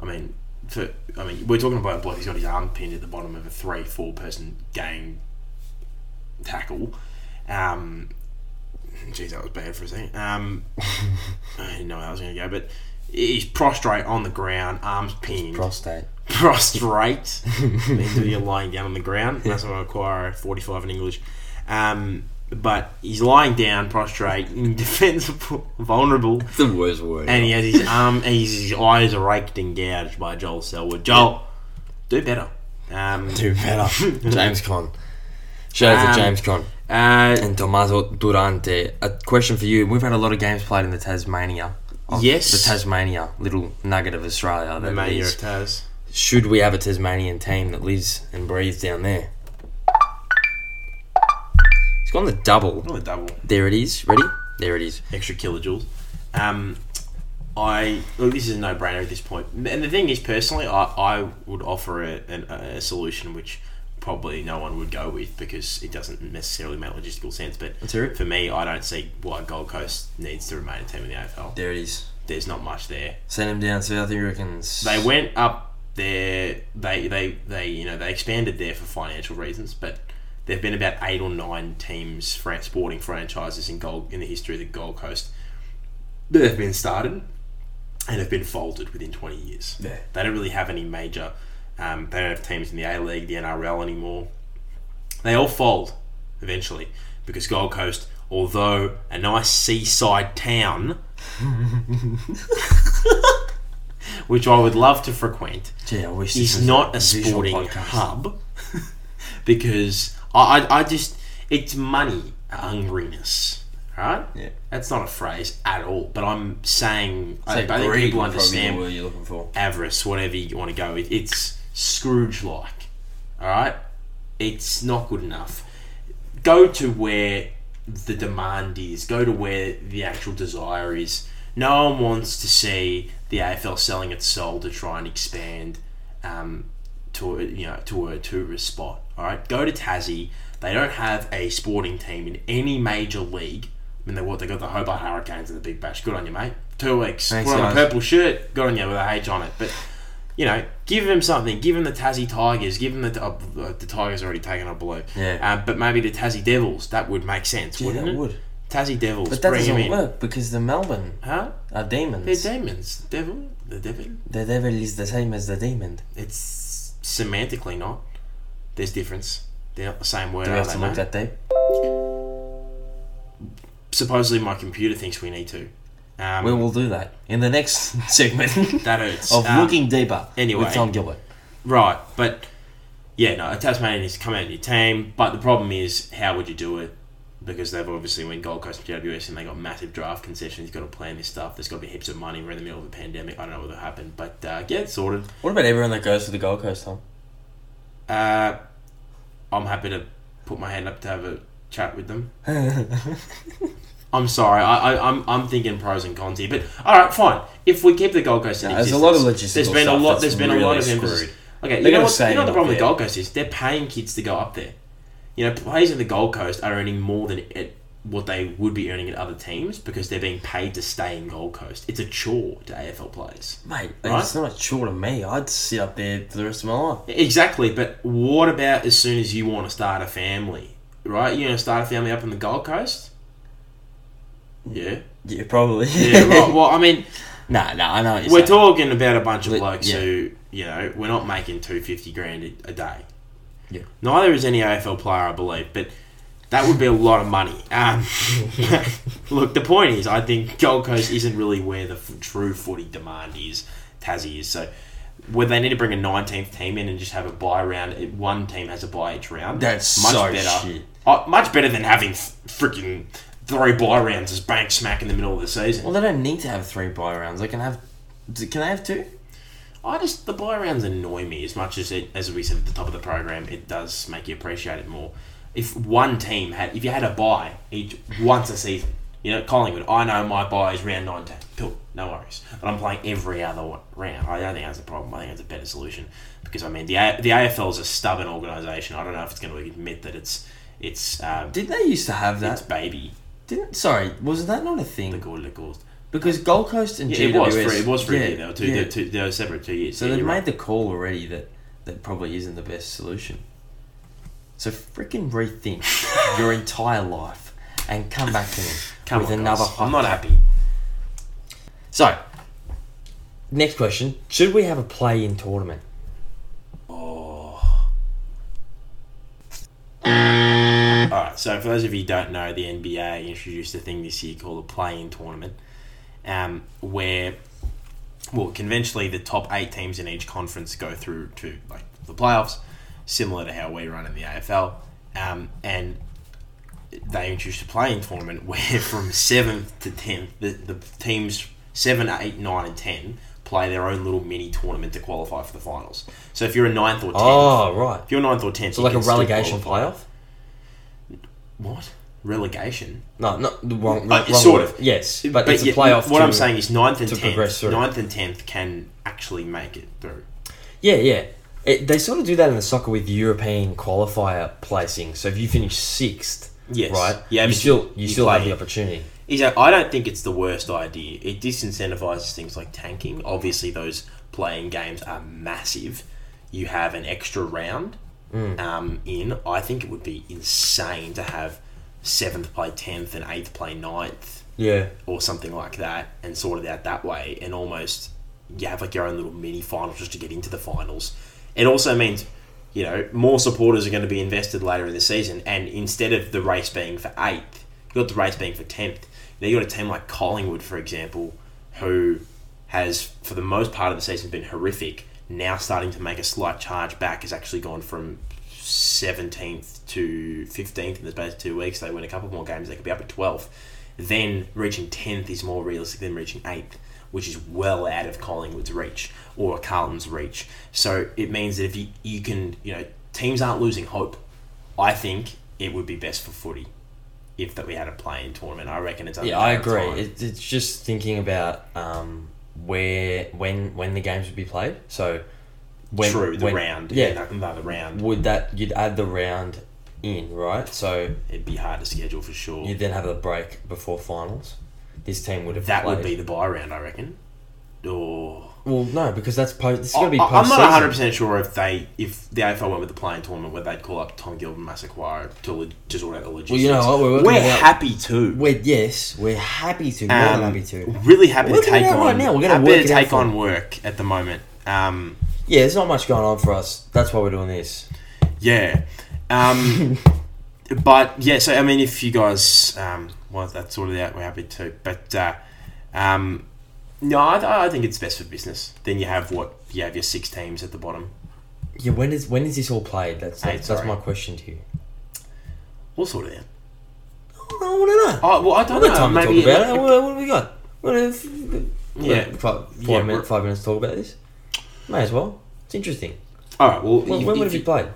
B: I mean, for I mean, we're talking about a bloke who's got his arm pinned at the bottom of a three, four person gang tackle. Um, geez, that was bad for a second. Um, I didn't know how I was going to go, but he's prostrate on the ground, arms pinned,
C: Prostate.
B: [LAUGHS] prostrate until you're lying down on the ground. That's what I require 45 in English. Um, but he's lying down, prostrate, indefensible, [LAUGHS] vulnerable
C: The worst word.
B: and he has his arm, and his, his eyes are raked and gouged by Joel Selwood. Joel, do better. Um,
C: do better. [LAUGHS] James Con. Shout out
B: Um,
C: to James Con
B: uh,
C: and Tommaso Durante. A question for you. We've had a lot of games played in the Tasmania. of-
B: Yes.
C: The Tasmania, little nugget of Australia. That
B: the
C: it
B: mania
C: is.
B: of Taz.
C: Should we have a Tasmanian team that lives and breathes down there? It's gone the double.
B: Not a double
C: There it is. Ready? There it is.
B: extra kilojoules. Um, I look, this is a no-brainer at this point. And the thing is, personally, I, I would offer a, an, a solution which probably no one would go with because it doesn't necessarily make logistical sense. But
C: Let's hear it.
B: for me, I don't see why Gold Coast needs to remain a team in the AFL.
C: There it is.
B: There's not much there.
C: Send him down south, he reckons.
B: they went up there they they they you know they expanded there for financial reasons but there've been about eight or nine teams fran- sporting franchises in gold in the history of the gold coast that have been started and have been folded within 20 years
C: Yeah.
B: they don't really have any major um, they don't have teams in the a league the nrl anymore they all fold eventually because gold coast although a nice seaside town which i would love to frequent
C: Gee, I wish this
B: is
C: was
B: not a
C: visual
B: sporting
C: podcast.
B: hub [LAUGHS] because I, I, I just it's money hungriness, right?
C: Yeah.
B: that's not a phrase at all. But I'm saying I,
C: Say
B: I think
C: greed
B: people
C: would probably be the
B: understand
C: word you're looking for.
B: avarice, whatever you want to go with. It's Scrooge like, all right? It's not good enough. Go to where the demand is, go to where the actual desire is. No one wants to see the AFL selling its soul to try and expand um, to a- you know to a tourist spot. All right, go to Tassie. They don't have a sporting team in any major league. I mean, they what they got the Hobart Hurricanes and the Big Bash. Good on you, mate. Two weeks.
C: Thanks,
B: Put on
C: guys.
B: a purple shirt. Good on you with a H on it. But you know, give him something. Give him the Tassie Tigers. Give him the uh, the Tigers already taken, I believe.
C: Yeah.
B: Uh, but maybe the Tassie Devils. That would make sense,
C: Yeah,
B: wouldn't
C: that
B: it?
C: would.
B: Tassie Devils.
C: But that
B: bring him
C: doesn't
B: in.
C: work because the Melbourne
B: Huh?
C: are
B: They're
C: demons.
B: demons. Devil. The devil.
C: the devil is the same as the demon.
B: It's semantically not. There's difference. They're not the same word.
C: Do we
B: are
C: have
B: they,
C: to look
B: mate?
C: that deep?
B: Supposedly, my computer thinks we need to. Um,
C: We will do that in the next [LAUGHS] segment
B: that hurts.
C: of
B: Um,
C: looking deeper
B: anyway.
C: with Tom Gilbert.
B: Right, but yeah, no, Tasmania needs to come out of your team. But the problem is, how would you do it? Because they've obviously went Gold Coast and GWS and they got massive draft concessions. You've got to plan this stuff. There's got to be heaps of money. We're in the middle of a pandemic. I don't know what'll happen, but uh, get it sorted.
C: What about everyone that goes to the Gold Coast, Tom?
B: Uh, I'm happy to put my hand up to have a chat with them. [LAUGHS] I'm sorry. I, I, I'm, I'm thinking pros and cons here, but all right, fine. If we keep the Gold Coast in
C: Yeah, there's a
B: existence,
C: lot of logistical
B: There's been
C: stuff
B: a lot.
C: that's
B: There's been a lot
C: really
B: of emphasis.
C: screwed.
B: Okay, you
C: They're
B: know,
C: gonna
B: what,
C: say
B: you know what the
C: it
B: problem with
C: up
B: Gold Coast is? They're paying kids to go up there. You know, players in the Gold Coast are earning more than at what they would be earning at other teams because they're being paid to stay in Gold Coast. It's a chore to AFL players.
C: Mate,
B: Right?
C: it's not sure to me. I'd sit up there for the rest of my life.
B: Exactly, but what about as soon as you want to start a family, right? You want to start a family up on the Gold Coast? Yeah.
C: Yeah, probably. [LAUGHS]
B: Yeah, right. Well, I mean,
C: Nah, nah, I know what you're
B: we're
C: saying.
B: talking about a bunch of
C: But-
B: blokes
C: yeah.
B: who, you know, we're not making 250 grand a- a day.
C: Yeah.
B: Neither is any AFL player, I believe, but that would be a lot of money. Um, [LAUGHS] look, the point is, I think Gold Coast isn't really where the f- true footy demand is. Tassie is so. Where they need to bring a 19th team in and just have a buy round, it- one team has a buy each round.
C: That's so shit.
B: Uh, much better than having f- freaking three buy rounds as bank smack in the middle of the season.
C: Well, they don't need to have three buy rounds. They can have. d- Can they have two?
B: I just the buy rounds annoy me as much as it as we said at the top of the program. It does make you appreciate it more. If one team had, if you had a buy each once a season, you know Collingwood. I know my buy is round nineteen. Cool, no worries. But I'm playing every other one, round. I don't think that's a problem. I think it's a better solution because I mean the a- the AFL is a stubborn organisation. I don't know if it's going to admit that it's it's um,
C: Didn't they used to have
B: it's
C: that?
B: baby
C: Didn't sorry, was that not a
B: the
C: thing?
B: Gordon caused.
C: Because Gold Coast and
B: Yeah, it
C: GWS
B: was free. It was free.
C: yeah,
B: Yeah, they were two.
C: yeah.
B: They, were two, they were separate two years.
C: So
B: Yeah,
C: they've
B: you're
C: made
B: right.
C: the call already that that probably isn't the best solution. So freaking rethink
B: [LAUGHS]
C: your entire life and come back to me
B: Come
C: with
B: on,
C: another.
B: guys.
C: hot
B: I'm not
C: take.
B: happy.
C: So, next question: Should we have a play-in tournament?
B: All right. So for those of you who don't know, the NBA introduced a thing this year called a play-in tournament, um, where, well, conventionally the top eight teams in each conference go through to like the playoffs, similar to how we run in the AFL, um, and they introduced a play-in tournament [LAUGHS] where from seventh to tenth, the, the teams seven, eight, nine, and ten play their own little mini tournament to qualify for the finals. So if you're a ninth or tenth,
C: Oh, right.
B: if you're ninth or tenth,
C: So like a relegation playoff?
B: What relegation?
C: No, not the wrong.
B: Uh,
C: wrong
B: sort
C: word.
B: of.
C: Yes, but, it's
B: yeah,
C: a playoff.
B: What I'm
C: to-
B: saying is ninth and
C: to
B: tenth.
C: progress through.
B: Ninth and tenth can actually make it through.
C: Yeah, yeah. It, they sort of do that in the soccer with European qualifier placing. So if you finish sixth,
B: Yes.
C: right,
B: Yeah,
C: you
B: but
C: still you,
B: you
C: still have
B: play.
C: the opportunity.
B: Exactly. I don't think it's the worst idea. It disincentivizes things like tanking. Obviously, those playing games are massive. You have an extra round um, in. I think it would be insane to have seventh play tenth and eighth play ninth.
C: Yeah,
B: or something like that and sort it out that way and almost you have like your own little mini finals just to get into the finals. It also means, you know, more supporters are going to be invested later in the season and instead of the race being for eighth, you've got the race being for tenth. Now you've got a team like Collingwood, for example, who has for the most part of the season been horrific, now starting to make a slight charge back, has actually gone from 17th to 15th in the space of two weeks. They win a couple more games, they could be up at 12th. Then reaching 10th is more realistic than reaching 8th, which is well out of Collingwood's reach or Carlton's reach. So it means that if you, you can, you know, teams aren't losing hope. I think it would be best for footy if that we had a play-in tournament. I reckon it's only
C: yeah, I
B: a matter of
C: agree.
B: time.
C: It, it's just thinking about um, where when when the games would be played. So when
B: True, the
C: when-
B: round.
C: Yeah,
B: Yeah, another round.
C: would that you'd add the round in right? So
B: It'd be hard to schedule for sure.
C: you then have a break before finals. This team would have
B: That
C: played.
B: would be the buy round, I reckon. Or
C: Well, no, because that's post. This is
B: I-
C: going to be
B: I-
C: post.
B: I'm not 100 percent sure if they if the AFL went with the playing tournament where they'd call up Tom Gilbert Massaquaro to lo- to sort out the logistics.
C: Well, you know what? We're working it out.
B: happy to.
C: We're yes, we're happy to. More
B: Um,
C: than happy to.
B: Really happy
C: We're
B: to
C: working it
B: take
C: out
B: on.
C: right now. We're gonna
B: happy
C: work
B: to
C: it out
B: take
C: for
B: on
C: them.
B: work at the moment. Um,
C: Yeah, there's not much going on for us. That's why we're doing this.
B: yeah.
C: [LAUGHS]
B: Um, but yeah, so I mean, if you guys um, want that sorted out, we're happy to. But uh, um, no, I, I think it's best for business. Then you have what you have your six teams at the bottom.
C: Yeah, when is when is this all played? That's
B: Hey,
C: that's, that's
B: sorry.
C: my question to you.
B: We'll sort it out.
C: I don't want to know.
B: Oh well, I
C: I've
B: don't
C: got
B: know.
C: time
B: maybe
C: to talk about it. What, what have we got? What if,
B: Yeah.
C: what, five, five,
B: Yeah, we're-
C: minutes, five minutes to talk about this. May as well. It's interesting.
B: All right. Well,
C: When,
B: if-
C: when would
B: if
C: have you played?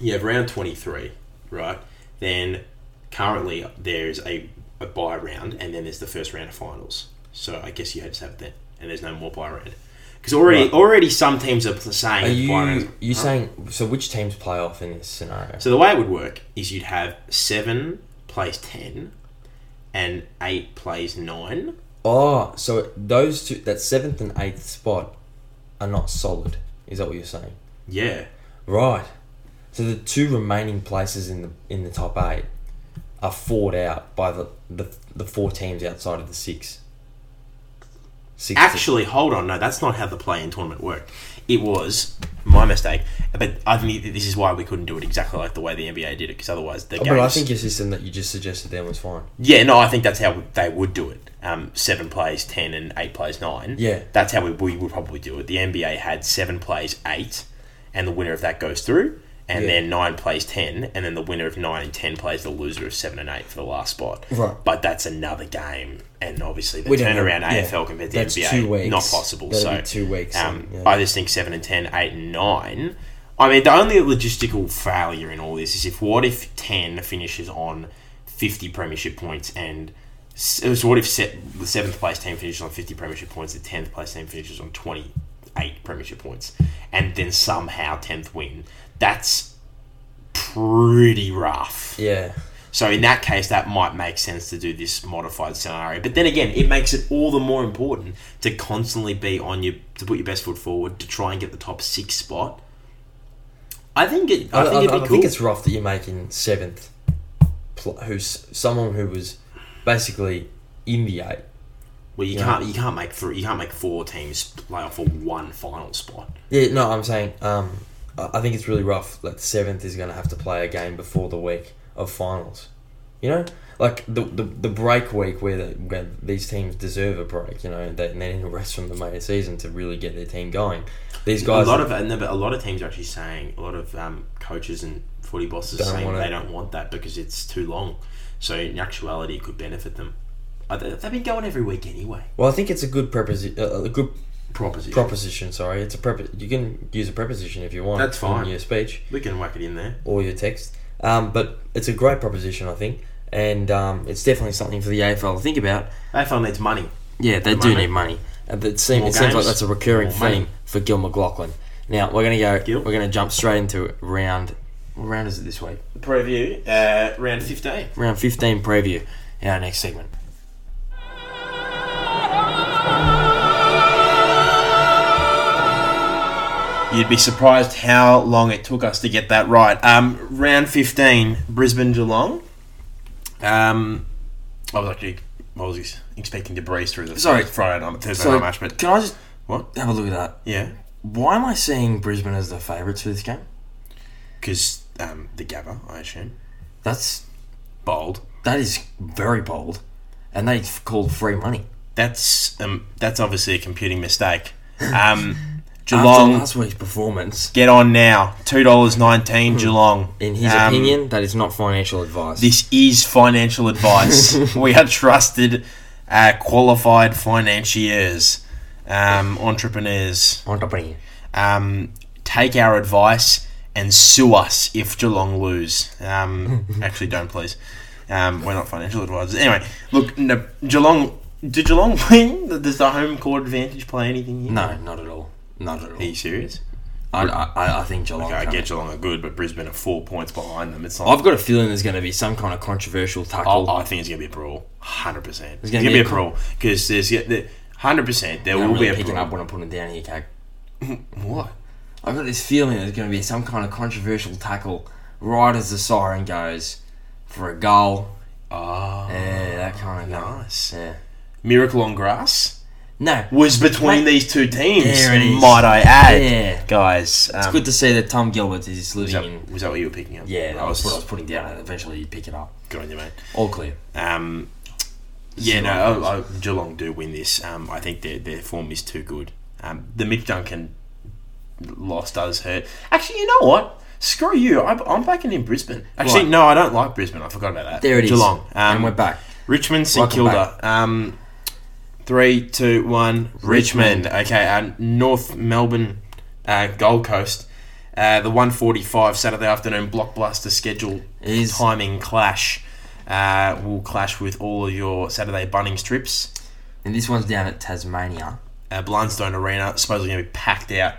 B: you have round 23, right? Then currently there's a, a bye round and then there's the first round of finals. So I guess you just have it then. And there's no more bye round. Because already
C: Right.
B: already some teams are pl- saying
C: Are you
B: bye rounds.
C: you saying so? Which teams play off in this scenario?
B: So the way it would work is you'd have 7 plays 10 and 8 plays 9.
C: Oh, so those two, that seventh and eighth spot, are not solid. Is that what you're saying?
B: Yeah.
C: Right. So the two remaining places in the in the top eight are fought out by the the, the four teams outside of the six. Six.
B: Actually, hold on. No, that's not how the play-in tournament worked. It was my mistake. But I think this is why we couldn't do it exactly like the way the NBA did it, because otherwise the games.
C: Oh,
B: Mm.
C: but I think your system that you just suggested then was fine.
B: Yeah, no, I think that's how they would do it. Um, seven plays ten and eight plays nine.
C: Yeah.
B: that's how we, we would probably do it. The NBA had seven plays eight, and the winner of that goes through, and
C: Yeah.
B: then nine plays ten, and then the winner of nine and ten plays the loser of seven and eight for the last spot.
C: Right.
B: But that's another game, and obviously the
C: We don't know.
B: turnaround
C: Yeah.
B: AFL compared to
C: That's
B: NBA
C: two weeks.
B: not possible.
C: That'd
B: so
C: be two weeks,
B: Um,
C: yeah.
B: I just think seven and ten, eight and nine. I mean, the only logistical failure in all this is if what if ten finishes on fifty premiership points and so what if se- the seventh place team finishes on fifty premiership points, the tenth place team finishes on twenty eight premiership points, and then somehow tenth win? That's pretty rough.
C: Yeah.
B: So in that case, that might make sense to do this modified scenario. But then again, it makes it all the more important to constantly be on your to put your best foot forward to try and get the top six spot. I think it. I,
C: I, I,
B: think
C: I,
B: it'd be cool.
C: think it's rough that you're making seventh, pl- who's someone who was basically in the eight.
B: well, you
C: yeah.
B: can't you can't make three you can't make four teams play off for one final spot.
C: Yeah, no, I'm saying um, I I think it's really rough. Like the seventh is going to have to play a game before the week of finals. You know, like the the, the break week where, the, where these teams deserve a break. You know, they, and they need to rest from the main season to really get their team going. These guys,
B: a lot of no, but a lot of teams are actually saying a lot of um, coaches and footy bosses
C: Don't
B: saying
C: wanna-
B: they don't want that because it's too long. So in actuality, it could benefit them. Uh, they- They've been going every week anyway.
C: well, I think it's a good preposi- uh, a good
B: Proposition.
C: proposition. Sorry, it's a prep. You can use a preposition if you want.
B: That's fine.
C: In your speech.
B: we can whack it in there.
C: or your text. Um, but it's a great proposition, I think, and um, it's definitely something for the AFL to think about.
B: AFL needs money.
C: Yeah, they do
B: Money.
C: need money. And it seems,
B: More
C: it seems like
B: games,
C: that's a recurring
B: more
C: theme
B: money.
C: for Gil McLaughlin. Now we're gonna go.
B: Gil?
C: We're gonna jump straight into round. What round is it this week?
B: Preview uh, round 15.
C: Round fifteen preview in our next segment.
B: You'd be surprised how long it took us to get that right. Um, round 15, Brisbane Geelong. Um, I was actually I was ex- expecting to breeze through the
C: Sorry.
B: Friday night, Thursday
C: So
B: night match, but
C: can I just
B: what?
C: have a look at that?
B: Yeah,
C: Why am I seeing Brisbane as the favourites for this game?
B: because um, the Gabba, I assume.
C: That's
B: Bold.
C: that is very bold, and they called free money.
B: That's um, that's obviously a computing
C: [LAUGHS]
B: mistake. Um,
C: After
B: Geelong,
C: last week's performance,
B: get on now. Two dollars nineteen. Geelong.
C: in his
B: Um,
C: opinion, that is not financial advice.
B: This is financial advice. we are trusted, uh, qualified financiers, um, entrepreneurs.
C: Entrepreneur.
B: Um, take our advice and sue us if Geelong lose. Um, actually, don't please. Um, we're not financial advisors. Anyway, look, no, Geelong. Did Geelong [LAUGHS] win? Does the home court advantage play anything here?
C: No, not at all. Not at all.
B: Are you serious?
C: I, I, I think Geelong.
B: Okay, I
C: come-
B: get Geelong are good, but Brisbane are four points behind them. It's not.
C: I've got a feeling there's going to be some kind of controversial
B: Oh,
C: tackle.
B: I think it's gonna be a brawl, hundred percent. It's
C: gonna
B: gonna be a
C: be a
B: brawl because there's yeah, the, Hundred percent. There
C: I'm
B: will
C: really
B: be a
C: picking up
B: problem.
C: when I'm putting down here, Cag. [LAUGHS]
B: What?
C: I've got this feeling there's going to be some kind of controversial tackle right as the siren goes for a goal.
B: Ah,
C: Yeah, that kind of goal.
B: nice.
C: Yeah.
B: Miracle on grass
C: No,
B: was between these two teams.
C: There it is.
B: Might I add,
C: Yeah.
B: guys? Um,
C: good to see that Tom Gilbert is
B: Was
C: living in.
B: that, was that what you were picking up?
C: Yeah, that
B: I
C: was what I was
B: was
C: putting down. and Eventually, you pick it up.
B: good on you, mate.
C: All clear.
B: Um, yeah, no,
C: Geelong
B: I, I, Geelong do win this. Um, I think their their form is too good. Um, the Mitch Duncan loss does hurt. Actually, you know what? Screw you. I'm, I'm backing in Brisbane. Actually,
C: Right.
B: no, I don't like Brisbane. I forgot about that.
C: There it is.
B: Geelong. Um,
C: and we're back.
B: Richmond, St
C: Welcome
B: Kilda. Um, three, two, one. Richmond.
C: Richmond.
B: Okay, uh, North Melbourne, uh, Gold Coast. Uh, the one forty-five Saturday afternoon blockbuster schedule
C: Is-
B: timing clash uh, will clash with all of your Saturday bunning strips.
C: And this one's down at Tasmania.
B: Uh, Blundstone Arena supposedly going to be packed out.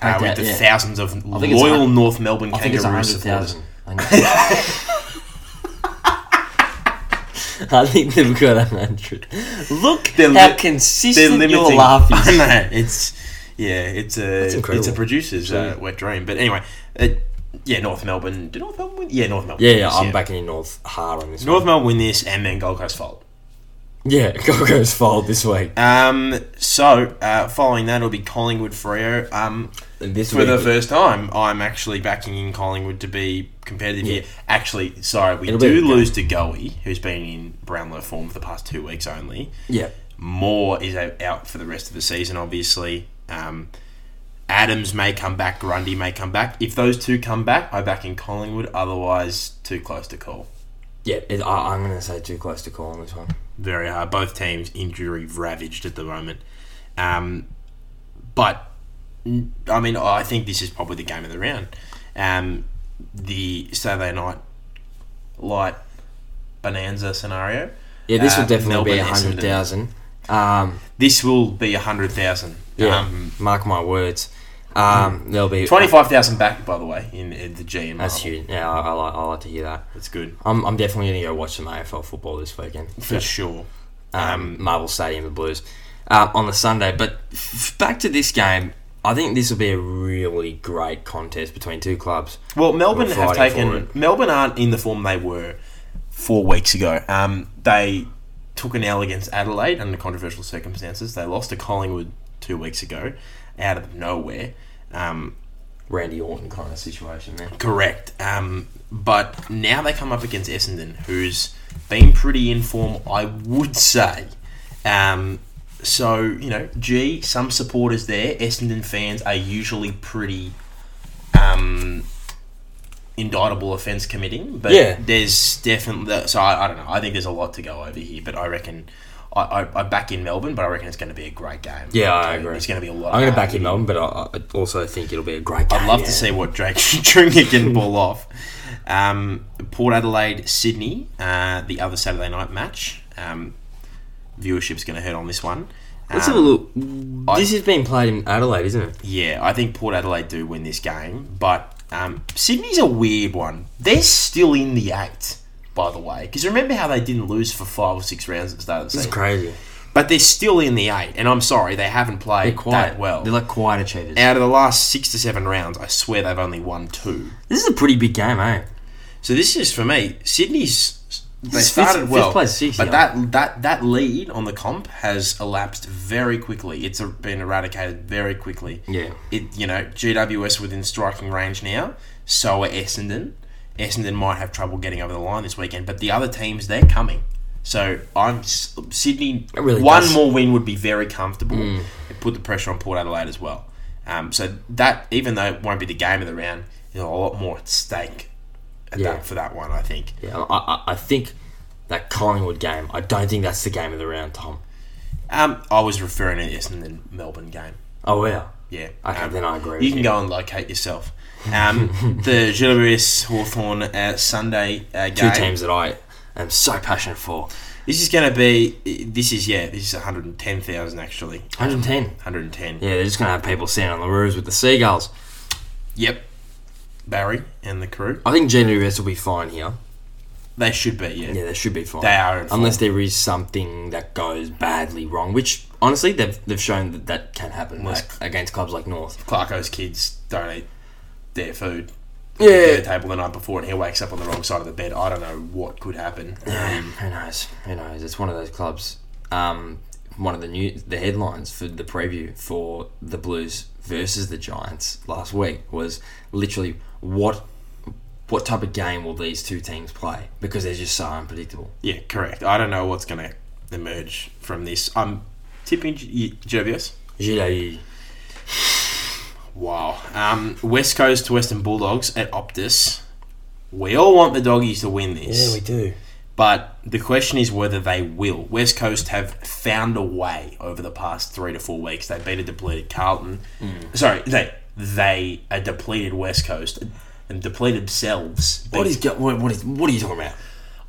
B: Uh,
C: Packed
B: with
C: out,
B: the
C: yeah.
B: thousands of
C: think it's
B: loyal
C: hun-
B: North Melbourne
C: I think it's
B: Kangaroo supporters.
C: 100,000. I think- I think [LAUGHS] they've got 100. Look
B: They're
C: how
B: li-
C: consistent your laugh
B: [LAUGHS]
C: is.
B: I know, it's yeah, it's a
C: incredible.
B: it's a producer's uh, wet dream. But anyway, uh, yeah, North Melbourne. Did North Melbourne win? Yeah, North Melbourne.
C: Yeah,
B: won
C: yeah,
B: this,
C: I'm backing in North hard on this
B: North
C: one.
B: Melbourne win this, and then Gold Coast fold.
C: Yeah, [LAUGHS] Gogo's fold this week.
B: Um, so uh, following that, it'll be Collingwood Freo. Um,
C: And this
B: for the
C: week-
B: first time, I'm actually backing in Collingwood to be competitive here. Actually, sorry, we
C: It'll be
B: do
C: okay.
B: lose to Goey, who's been in Brownlow form for the past two weeks only.
C: Yeah.
B: Moore is out- out for the rest of the season, obviously. Um, Adams may come back. Grundy may come back. If those two come back, I back in Collingwood. Otherwise, too close to call.
C: Yeah, it, I, I'm going to say too close to call on this one.
B: Very hard. Both teams injury ravaged at the moment. Um, but n- I mean, I think this is probably the game of the round. Um, the Saturday night light bonanza scenario.
C: Yeah, this
B: Uh,
C: will definitely be be
B: Melbourne, Essendon.
C: 100,000. Um,
B: This will be a hundred thousand.
C: yeah,
B: Um,
C: mark my words. Um, there'll be...
B: Hmm. Twenty-five thousand back, by the way, in, in the G and
C: That's
B: Marvel.
C: huge. Yeah, I, I, like, I like to hear that.
B: That's good
C: I'm, I'm definitely going to go watch some AFL football this weekend.
B: for sure.
C: um, Marvel Stadium, the Blues, um, on the Sunday. But f- back to this game, I think this will be a really great contest between two clubs.
B: Well, Melbourne
C: We're
B: have
C: fighting for
B: taken.
C: it.
B: Melbourne aren't in the form they were four weeks ago. Um, they took an L against Adelaide under controversial circumstances. They lost to Collingwood two weeks ago, out of nowhere. Um,
C: Randy Orton kind of situation there.
B: correct. Um, but now they come up against Essendon, who's been pretty in form, I would say. Um, so you know, gee, some supporters there. Essendon fans are usually pretty. Um, indictable offence committing, but
C: Yeah.
B: there's definitely so I, I don't know. I think there's a lot to go over here, but I reckon I, I, I back in Melbourne, but I reckon it's going to be a great game.
C: Yeah, I agree.
B: It's going to be a lot. of
C: I'm going to back
B: hard
C: him on, but I, I also think it'll be a great game.
B: I'd love to see what Drake Junior can [LAUGHS] pull off. Um, Port Adelaide, Sydney, uh, the other Saturday night match. Um, viewership's going to hurt on this one.
C: Let's
B: Um,
C: have a look. This is being played in Adelaide, isn't it?
B: Yeah, I think Port Adelaide do win this game, but um, Sydney's a weird one. They're still in the eight, by the way, because remember how they didn't lose for five or six rounds at the start of the
C: It's
B: season.
C: crazy.
B: but they're still in the eight, and I'm sorry, they haven't played
C: They're quiet.
B: that well.
C: They're like quiet achievers.
B: Out of the last six to seven rounds, I swear they've only won two.
C: This is a pretty big game, eh?
B: So this is for me. Sydney's they
C: is fifth-
B: started
C: fifth
B: well,
C: place, sixth,
B: but
C: yeah.
B: that that that lead on the comp has elapsed very quickly. It's uh, been eradicated very quickly.
C: Yeah.
B: it you know GWS within striking range now. So are Essendon. Essendon might have trouble getting over the line this weekend, but the other teams they're coming. So I'm s- Sydney.
C: It really
B: one
C: does. Mm.
B: more win would be very comfortable. It put the pressure on Port Adelaide as well. Um, so that even though it won't be the game of the round, there's a lot more at stake at
C: Yeah.
B: that, for that one. I think.
C: Yeah, I, I, I think that Collingwood game, I don't think that's the game of the round, Tom.
B: Um, I was referring to the Essendon Melbourne game.
C: Oh, yeah.
B: Yeah.
C: Okay,
B: Um,
C: then I agree.
B: You
C: with
B: can go and locate yourself. Um,
C: [LAUGHS]
B: the GWS Hawthorn uh, Sunday uh,
C: two
B: game.
C: teams that I am so passionate for.
B: This is going to be. This is yeah. This is one hundred and ten thousand actually.
C: 110.
B: One hundred and ten.
C: Yeah, they're just gonna have people standing on the roofs with the seagulls.
B: Yep. Barry and the crew.
C: I think GWS will be fine here.
B: They should be, yeah.
C: Yeah, they should be fine.
B: They are in
C: unless there is something that goes badly wrong, which honestly they've they've shown that that can happen
B: Unless-
C: like, against clubs like North.
B: Clarko's kids don't eat their food.
C: Yeah.
B: Their table the night before, and he wakes up on the wrong side of the bed. I don't know what could happen. Um,
C: Who knows? Who knows? It's one of those clubs. Um, one of the new the headlines for the preview for the Blues versus the Giants last week was literally what what type of game will these two teams play because they're just so unpredictable.
B: yeah, correct. I don't know what's going to emerge from this. I'm tipping G- Gervais.
C: Gilles,
B: Wow. Um, West Coast to Western Bulldogs at Optus. We all want the doggies to win this.
C: do.
B: But the question is whether they will. West Coast have found a way over the past three to four weeks. They beat a depleted Carlton. Sorry, they they a depleted West Coast and depleted selves.
C: What is go- what, what is what are you talking about?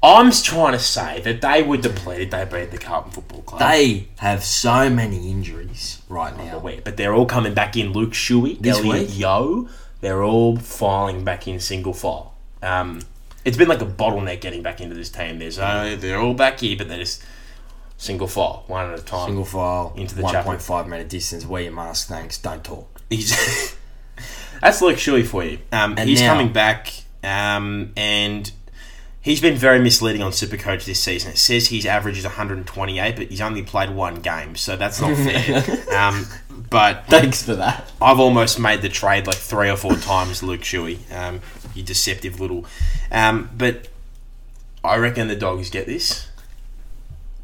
B: I'm trying to say that they were depleted. They beat the Carlton Football Club.
C: They have so many injuries right now.
B: Wait, but they're all coming back in. Luke Shuey,
C: This
B: Elliot
C: week?
B: Yo, they're all filing back in single file. Um, it's been like a bottleneck getting back into this team. There's uh, they're all back here, but they're just single file, one at a time.
C: Single file,
B: Into the chapel.
C: 1.5 meter distance, wear your mask, thanks, don't talk.
B: [LAUGHS] He's that's Luke Shuey for you. Um,
C: And
B: he's
C: now-
B: coming back, um, and he's been very misleading on Supercoach this season. It says his average is 128, but he's only played one game, so that's
C: [LAUGHS]
B: not fair. um, but
C: Thanks for that.
B: I've almost made the trade like three or four times, Luke Shuey. Um, you deceptive little. Um, but I reckon the dogs get this.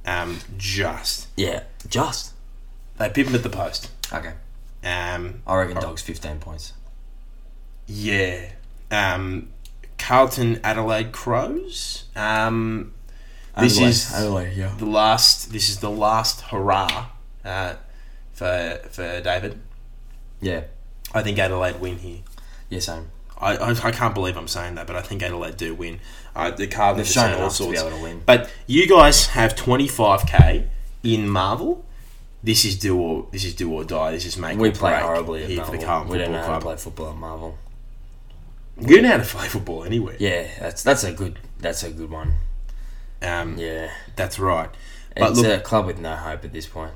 B: Um, just
C: Yeah, just.
B: they pip him at the post.
C: Okay.
B: Um,
C: I reckon dogs 15 points.
B: Yeah. Um, Carlton Adelaide Crows. Um, this
C: Adelaide,
B: is
C: Adelaide, yeah.
B: the last. This is the last hurrah uh, for for David.
C: Yeah.
B: I think Adelaide win here.
C: Yeah, same.
B: I, I, I can't believe I'm saying that, but I think Adelaide do win. Uh, the Cardinals
C: They've shown
B: have shown all
C: enough to be
B: sorts.
C: able to win.
B: But you guys have 25k in Marvel. This is do or this is do or die. This is make.
C: We
B: or
C: play
B: break
C: horribly at
B: here for the
C: Marvel.
B: Carlton
C: We don't know
B: Football
C: how to
B: Club.
C: play football at Marvel.
B: You know how to play football anywhere.
C: Yeah, that's that's a good that's a good one.
B: Um,
C: Yeah.
B: That's right. But
C: It's
B: look,
C: a club with no hope at this point.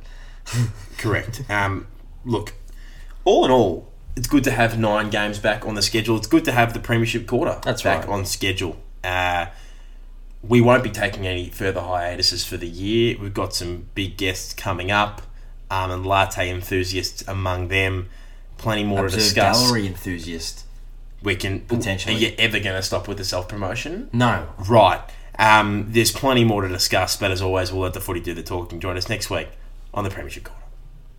B: Correct. Um, look, all in all, it's good to have nine games back on the schedule. It's good to have the Premiership quarter
C: That's
B: back
C: right.
B: on schedule. Uh, we won't be taking any further hiatuses for the year. We've got some big guests coming up, um, and latte enthusiasts among them. Plenty more to
C: Observe
B: discuss.
C: gallery enthusiast.
B: We can
C: Potentially.
B: Are you ever going to stop with the self promotion?
C: No.
B: Right. Um, there's plenty more to discuss, but as always, we'll let the footy do the talking. Join us next week on the Premiership Corner.